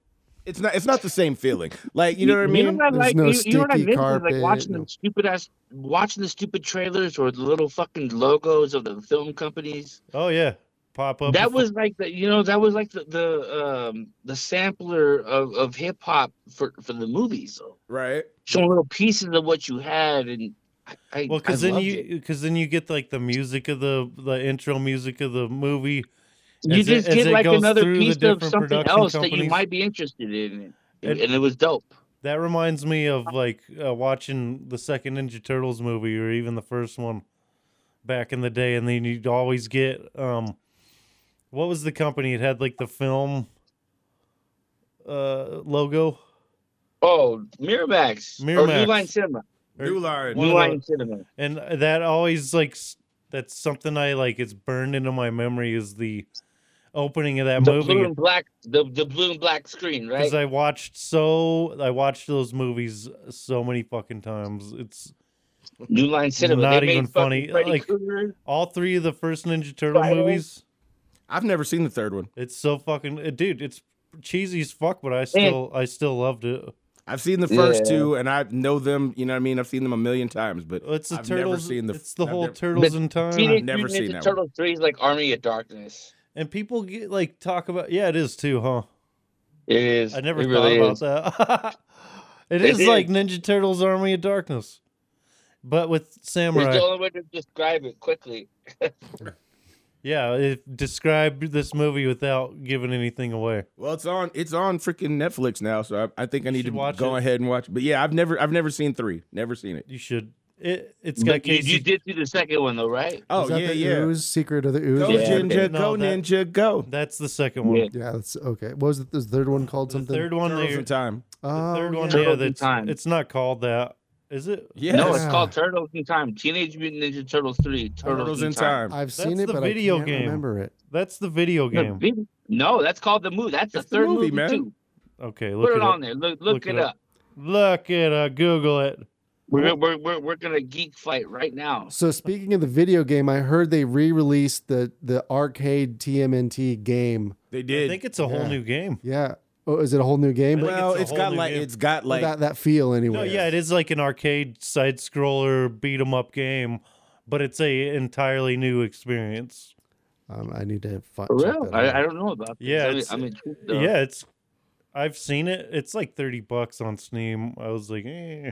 It's not. It's not the same feeling. Like you know what I mean. You know what I There's like? no you, you know what I sticky miss? is, carpet, Like watching no- the stupid ass, watching the stupid trailers or the little fucking logos of the film companies. Oh yeah, pop up. That before- was like the, you know, that was like the the um the sampler of of hip hop for for the movies. So Right. showing little pieces of what you had, and I, I well, because I then loved it. you because then you get like the music of the the intro music of the movie. you as it- just as get it like goes another through the piece of different something production else that you companies. might be interested in, and, It- and it was dope. That reminds me of like uh, watching the second Ninja Turtles movie or even the first one back in the day, and then you'd always get um, what was the company? It had like the film uh logo. Oh, Miramax, or New Miramax. Line Cinema, Or- New line. One New of Line the- Cinema. and that always like s- that's something I like. It's burned into my memory is the opening of that the blue movie and black the, the blue and black screen right because I watched so I watched those movies so many fucking times. It's new line cinema not they made even fucking funny, Freddy like- Krueger. all three of the first Ninja Turtle Spider. movies. I've never seen the third one. It's so fucking uh, dude. It's cheesy as fuck, but I still I still loved it. I've seen the first Yeah. two, and I know them. You know what I mean. I've seen them a million times, but It's the I've never turtles. seen the- it's the I've whole never- turtles in time. Teenage never Mutant seen Ninja that Turtle 3 is like Army of Darkness. And people get like talk about yeah, it is too, huh? It is. I never It thought really about is. that. <laughs> it It is, is. like Ninja Turtles Army of Darkness, but with It's samurai. the only way to describe it quickly. Yeah, it, describe this movie without giving anything away. Well, it's on. It's on freaking Netflix now, so I, I think I need should to watch go it. ahead and watch. But yeah, I've never. I've never seen three. Never seen it. You should. It it's got But you, you Casey. did see the second one though, right? Oh Is that yeah, the yeah. Ooze, Secret of the Ooze. Go Yeah. ninja, No, go that- ninja, go. That's the second one. Yeah. Yeah, that's okay. What was the, the third one called? The Something. third one. Turtles they- in time. the Oh, third one. yeah. Yeah, Turtles in that's, Time. It's not called that, is it? Yeah. No, it's Yes. called Turtles in Time. Teenage Mutant Ninja Turtles 3. Turtles, Turtles in time. I've That's seen it, the but video I can't game. remember it. That's the video No, game. vid- No, that's called the movie. That's the It's the third movie, movie, man. too. Okay, Put look it, it on up. there. Look, look, it up. Look it up. Google it. We're, gonna- we're, we're, we're gonna geek fight right now. So speaking of the video game, I heard they re-released the the arcade TMNT game. They I did. think it's a whole Yeah. new game. Yeah. Oh, is it a whole new game? I think well, it's a it's whole got new like game. it's got like that that feel No, anyway. yeah, it is like an arcade side scroller beat 'em up game, but it's a entirely new experience. Um, I need to find. For real? I, I don't know about this. Yeah, I'm, it's- I'm intrigued though. Yeah, it's. I've seen it. It's like thirty bucks on Steam. I was like, eh.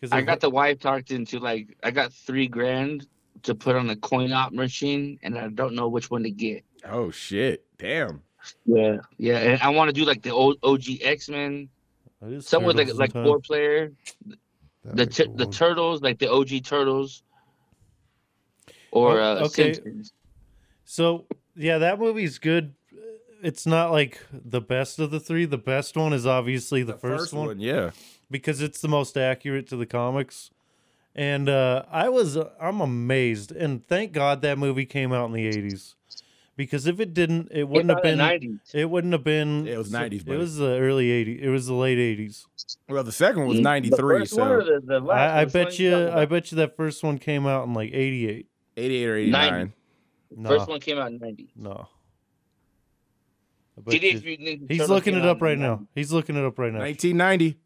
Because I got the wife talked into like I got three grand to put on the coin op machine, and I don't know which one to get. oh shit, damn. Yeah, yeah, and I want to do like the old OG X Men, some with like like four player, the That'd be a tur- cool the one. turtles, like the OG turtles, or Oh, uh, okay. Simpsons. So yeah, that movie's good. It's not like the best of the three. The best one is obviously the, first, one, yeah. because it's the most accurate to the comics. And uh, I was I'm amazed, and thank God that movie came out in the '80s, because if it didn't, it wouldn't have been. nineties. It wouldn't have been. It was 90s, It buddy. was the early '80s. It was the late '80s. Well, the second Mm. one was ninety three, so the, the last I, I one? Which one bet you you. talking I about? bet you that first one came out in like '88. eighty eight or eighty nine. No, First one came out in ninety. no. I bet Teenage you- Mutant Ninja He's Turtles looking came it out up in right 90. now. He's looking it up right now. Nineteen ninety.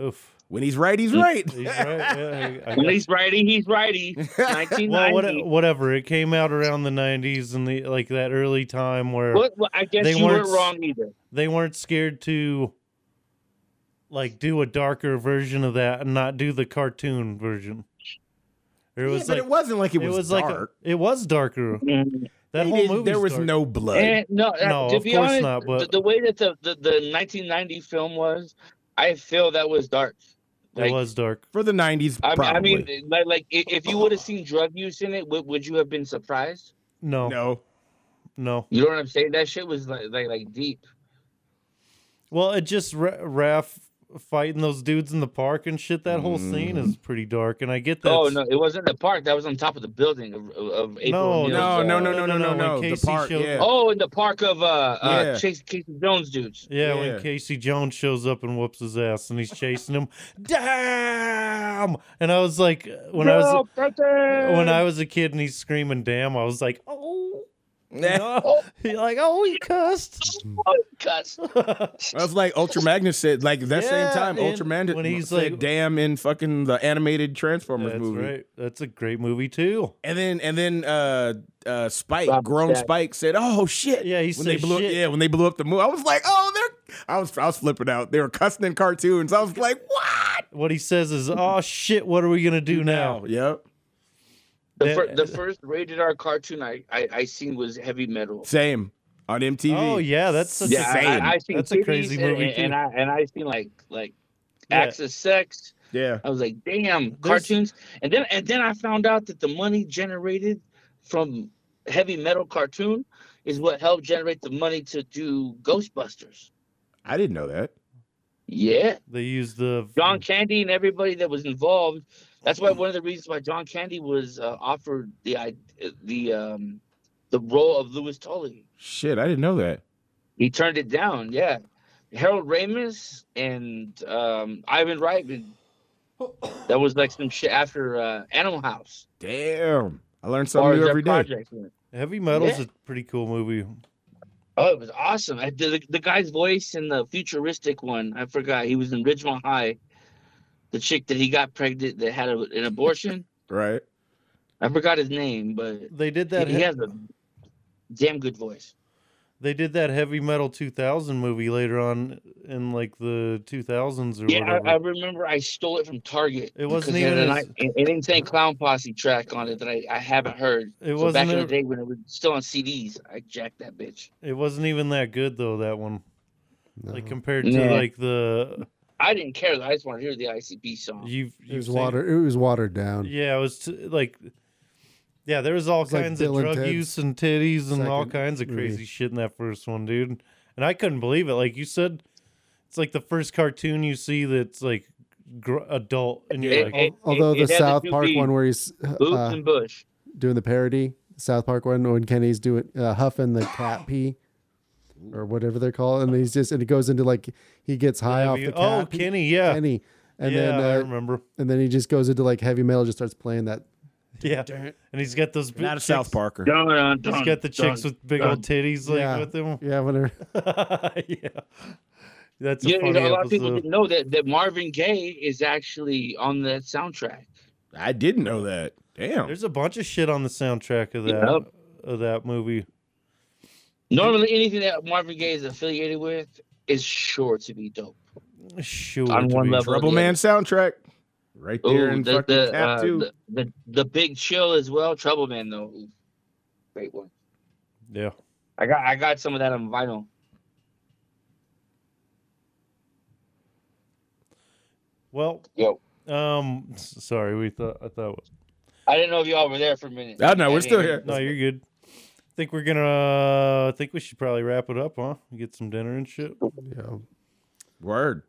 Oof. When he's right, he's right. He's right. <laughs> Yeah, I- I When guess- he's righty, he's righty. 1990. well, what, whatever. It came out around the '90s and the like that early time where What- well, I guess They you weren't, weren't s- wrong either. they weren't scared to like do a darker version of that and not do the cartoon version. It Yeah, was but like it wasn't like it was, like dark. a- it was darker. Mm. That They whole didn't- movie Eh. there was no blood. And, no, uh, No, to of be course honest, not, but- the, the way that the, the, the 1990 film was, I feel that was dark. it Like, was dark. For the 90s, I, probably. I mean, like, like i- if you would have seen drug use in it, would, would you have been surprised? No, no, no. You know what I'm saying? That shit was like like, like deep. Well, it just Ra- Raph fighting those dudes in the park and shit. That whole scene is pretty dark, and I get that. Mm. Oh no, it wasn't the park. That was on top of the building of, of April. No, O'Neil's, No, uh, no, no, no, no, no, no, no. when The Casey part, showed- yeah. Oh, in the park of uh, Yeah. uh Chase Casey Jones dudes. Yeah, Yeah. when Casey Jones shows up and whoops his ass and he's chasing him. Damn! And I was like when I was when I was a kid and he's screaming damn, I was like, <laughs> "Oh." No. You're like, "Oh, he cussed." cuss. <laughs> That's like Ultra Magnus said, like that Yeah, same time, and Ultra Magnus when he's said like- damn in fucking the animated Transformers That's movie. right. That's a great movie too. And then and then uh uh Spike, Stop grown that. Spike said, "Oh shit." Yeah, he when they said blew shit. yeah, when they blew up the movie. I was like, "Oh, they're I was I was flipping out. They were cussing in cartoons. I was like, "What?" What he says is, "Oh shit, what are we going to do now?" Yep. The, Yeah. fir- the first rated R cartoon I, I I seen was Heavy Metal. Same on MTV. Oh yeah, that's such Yeah, a Same. I, I, I seen That's a titties crazy and- movie, and, and too. I and I seen like like Yeah. acts of sex. Yeah. I was like, damn, There's- cartoons. And then and then I found out that the money generated from heavy metal cartoon is what helped generate the money to do Ghostbusters. I didn't know that. Yeah. They used the Hmm. John Candy and everybody that was involved. That's why one of the reasons why John Candy was uh, offered the i- the um the role of Lewis Tully. Shit, I didn't know that. He turned it down. Yeah. Harold Ramis and um, Ivan Reitman. That was like some shit after uh, Animal House. Damn. I learned far something as new their every day. project went. Heavy Metal's Yeah. a pretty cool movie. Oh, it was awesome. I, the, the guy's voice in the futuristic one, I forgot. He was in Ridgemont High. The chick that he got pregnant that had a, an abortion. Right. I forgot his name, but They did he, that he has a damn good voice. They did that heavy metal 2000 movie later on in like the 2000s or Yeah, whatever. I, I remember I stole it from Target. It wasn't because even It, had his- an- it, it didn't say Clown Posse track on it that I, I haven't heard. It so wasn't back in the ever- day when it was still on CDs, I jacked that bitch. it wasn't even that good though. That one, like compared Nah. to like the I didn't care. though. I just want to hear the ICP song. you've, you've it was seen- water. It was watered down. Yeah, it was t- like yeah, there was all like kinds Bill of and drug Ted's use and titties and all second kinds of movie. crazy shit in that first one, dude. And I couldn't believe it. Like you said, it's like the first cartoon you see that's like gr- adult, and you're It- like, it- Although it the had the South two Park Bs. one where he's Boobs uh, and Bush. doing the parody, South Park one when Kenny's doing uh, huffing the cat pee or whatever they're called, and he's just and it goes into like he gets high off heavy- the cat oh, pee- Kenny, yeah, Kenny, and yeah, then I uh, remember, and then he just goes into like heavy metal, just starts playing that. yeah, and he's got those big Not a chicks- South Parker. Dun, dun, He's dun, got the chicks dun. with big dun. old titties like Yeah. with him. Yeah, whatever. <laughs> <laughs> yeah, that's a You know, funny you know, a lot of people episode. didn't know that, that Marvin Gaye is actually on that soundtrack. I didn't know that. Damn. There's a bunch of shit on the soundtrack of that Yep. of that movie. Normally, anything that Marvin Gaye is affiliated with is sure to be dope. Sure, On to one be level. Trouble yeah. Man soundtrack. Right there Ooh, in the, fucking the, Cap uh, 2. the, the, the Big Chill as well. Trouble Man, though. Ooh, Great one. true. Yeah, I got I got some of that on vinyl. well, Yo. um, s- sorry, we thought I thought. I didn't know if y'all were there for a minute. Oh, no, I we're still didn't- here. No, you're good. Think we're gonna. Uh, I think we should probably wrap it up, huh? Get some dinner and shit. Yeah. Word.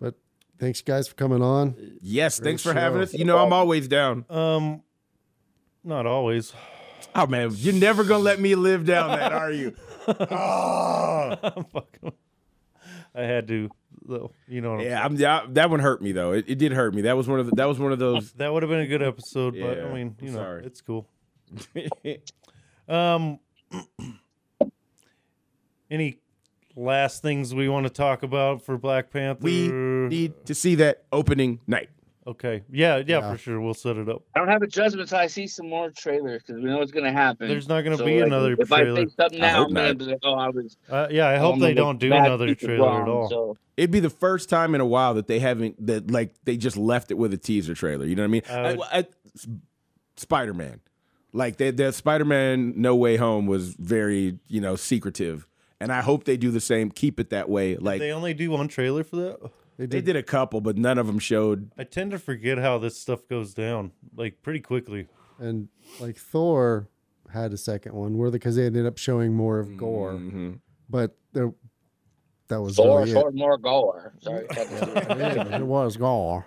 But thanks guys for coming on. Yes, thanks for show. having us. You know, I'm always down. Um, not always. Oh man, you're never gonna let me live down that, are you? <laughs> Oh. Fuck 'em. I had to, though. You know what I'm Yeah, I'm, yeah, that one hurt me though. It, it did hurt me. That was one of the, that was one of those. That would have been a good episode, but Yeah, I mean, I'm you know, sorry. it's <laughs> cool. Um, <clears throat> any last things we want to talk about for Black Panther? we sure. need to see that opening night. Okay. Yeah, yeah, Yeah. for sure. We'll set it up. I don't have a judgment until I see some more trailers because we know what's gonna happen. There's not going to So, be like, another if I trailer. think something I now, hope I'm gonna not. be like, oh, I was. Uh, yeah, I I hope don't they know, don't do bad another piece of trailer at wrong, all. So It'd be the first time in a while that they haven't that like they just left it with a teaser trailer. You know what I mean? I would- I- I- S- Spider-Man, like they, the Spider-Man No Way Home was very you know secretive, and I hope they do the same. Keep it that way. Like they they, only do one trailer for that. did. a couple, but none of them showed. I tend to forget how this stuff goes down like pretty quickly. and like Thor had a second one where because they ended up showing more of gore, Mhm. but there, that Mm. was Thor, really <laughs> Thor, more gore. <laughs> Sorry. it. <laughs> Yeah, it was gore.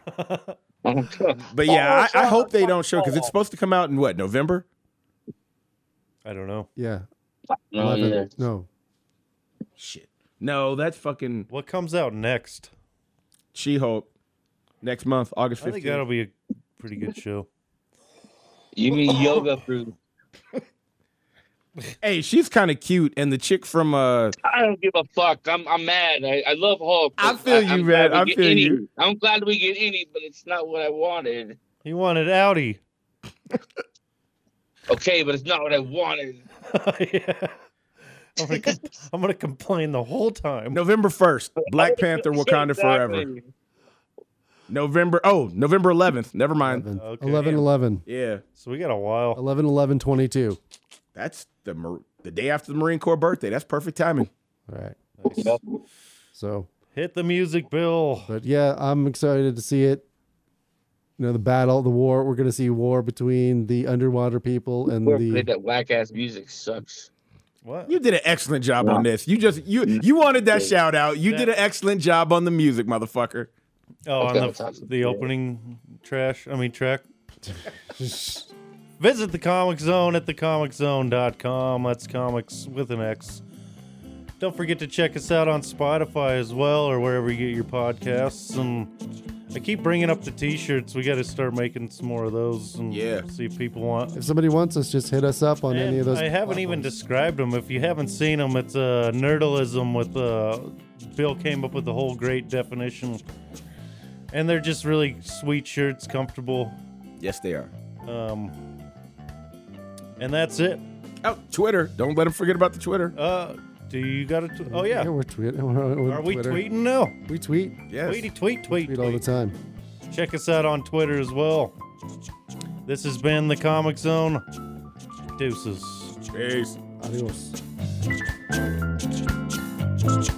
But yeah, Oh, I, I hope they Thor, don't show because it's supposed to come out in what November. I don't know. Yeah, no, eleven- yeah. no, Shit. No, that's fucking What comes out next? She-Hulk next month, August I think that'll fifteenth. be a pretty good show. You mean yoga fruit? Hey, she's kind of cute, and the chick from uh. I don't give a fuck. I'm I'm mad. I, I love Hulk. I but feel you, I'm Red. glad we I get feel any. you. I'm glad we get any, but it's not what I wanted. He wanted Audi. Okay, but it's not what I wanted. <laughs> yeah. I'm gonna, com- I'm gonna complain the whole time. Um, November 1st, Black <laughs> Panther Oh, Yeah, Wakanda Forever. exactly. November, oh, November 11th. Never mind. 11, Okay. 11, 11, Yeah, So we got a while. 11, 11, 22. that's the Mar- the day after the Marine Corps birthday. That's perfect timing. All right, Nice. so Hit the music, Bill. but yeah, I'm excited to see it. You know, the battle, the war. We're gonna see war between the underwater people and Whoever the played that whack ass music sucks. What? You did an excellent job on this. You just you you wanted that shout out. You did an excellent job on the music, motherfucker. Oh, on Okay, the, that's awesome. the Yeah. opening trash. I mean track. Visit the Comic Zone at thecomiczone.com. That's comics with an X. Don't forget to check us out on Spotify as well, or wherever you get your podcasts. And I keep bringing up the T-shirts. We got to start making some more of those and Yeah. see if people want. If somebody wants us, just hit us up on any And of those. I haven't even described them. If you haven't seen them, it's uh, nerdalism with uh, Bill came up with the whole great definition, and they're just really sweet shirts, comfortable, Yes, they are. um, and that's it. Oh, Twitter. Don't let them forget about the Twitter. Uh, do you got to? Tw- oh yeah, we're tweeting. <laughs> We're, we are we Twitter. tweeting? No, We tweet. Yes. tweety tweet tweet Tweet all the tweet. time. Check us out on Twitter as well. This has been the Comic Zone. Deuces. Peace. Adios. Comic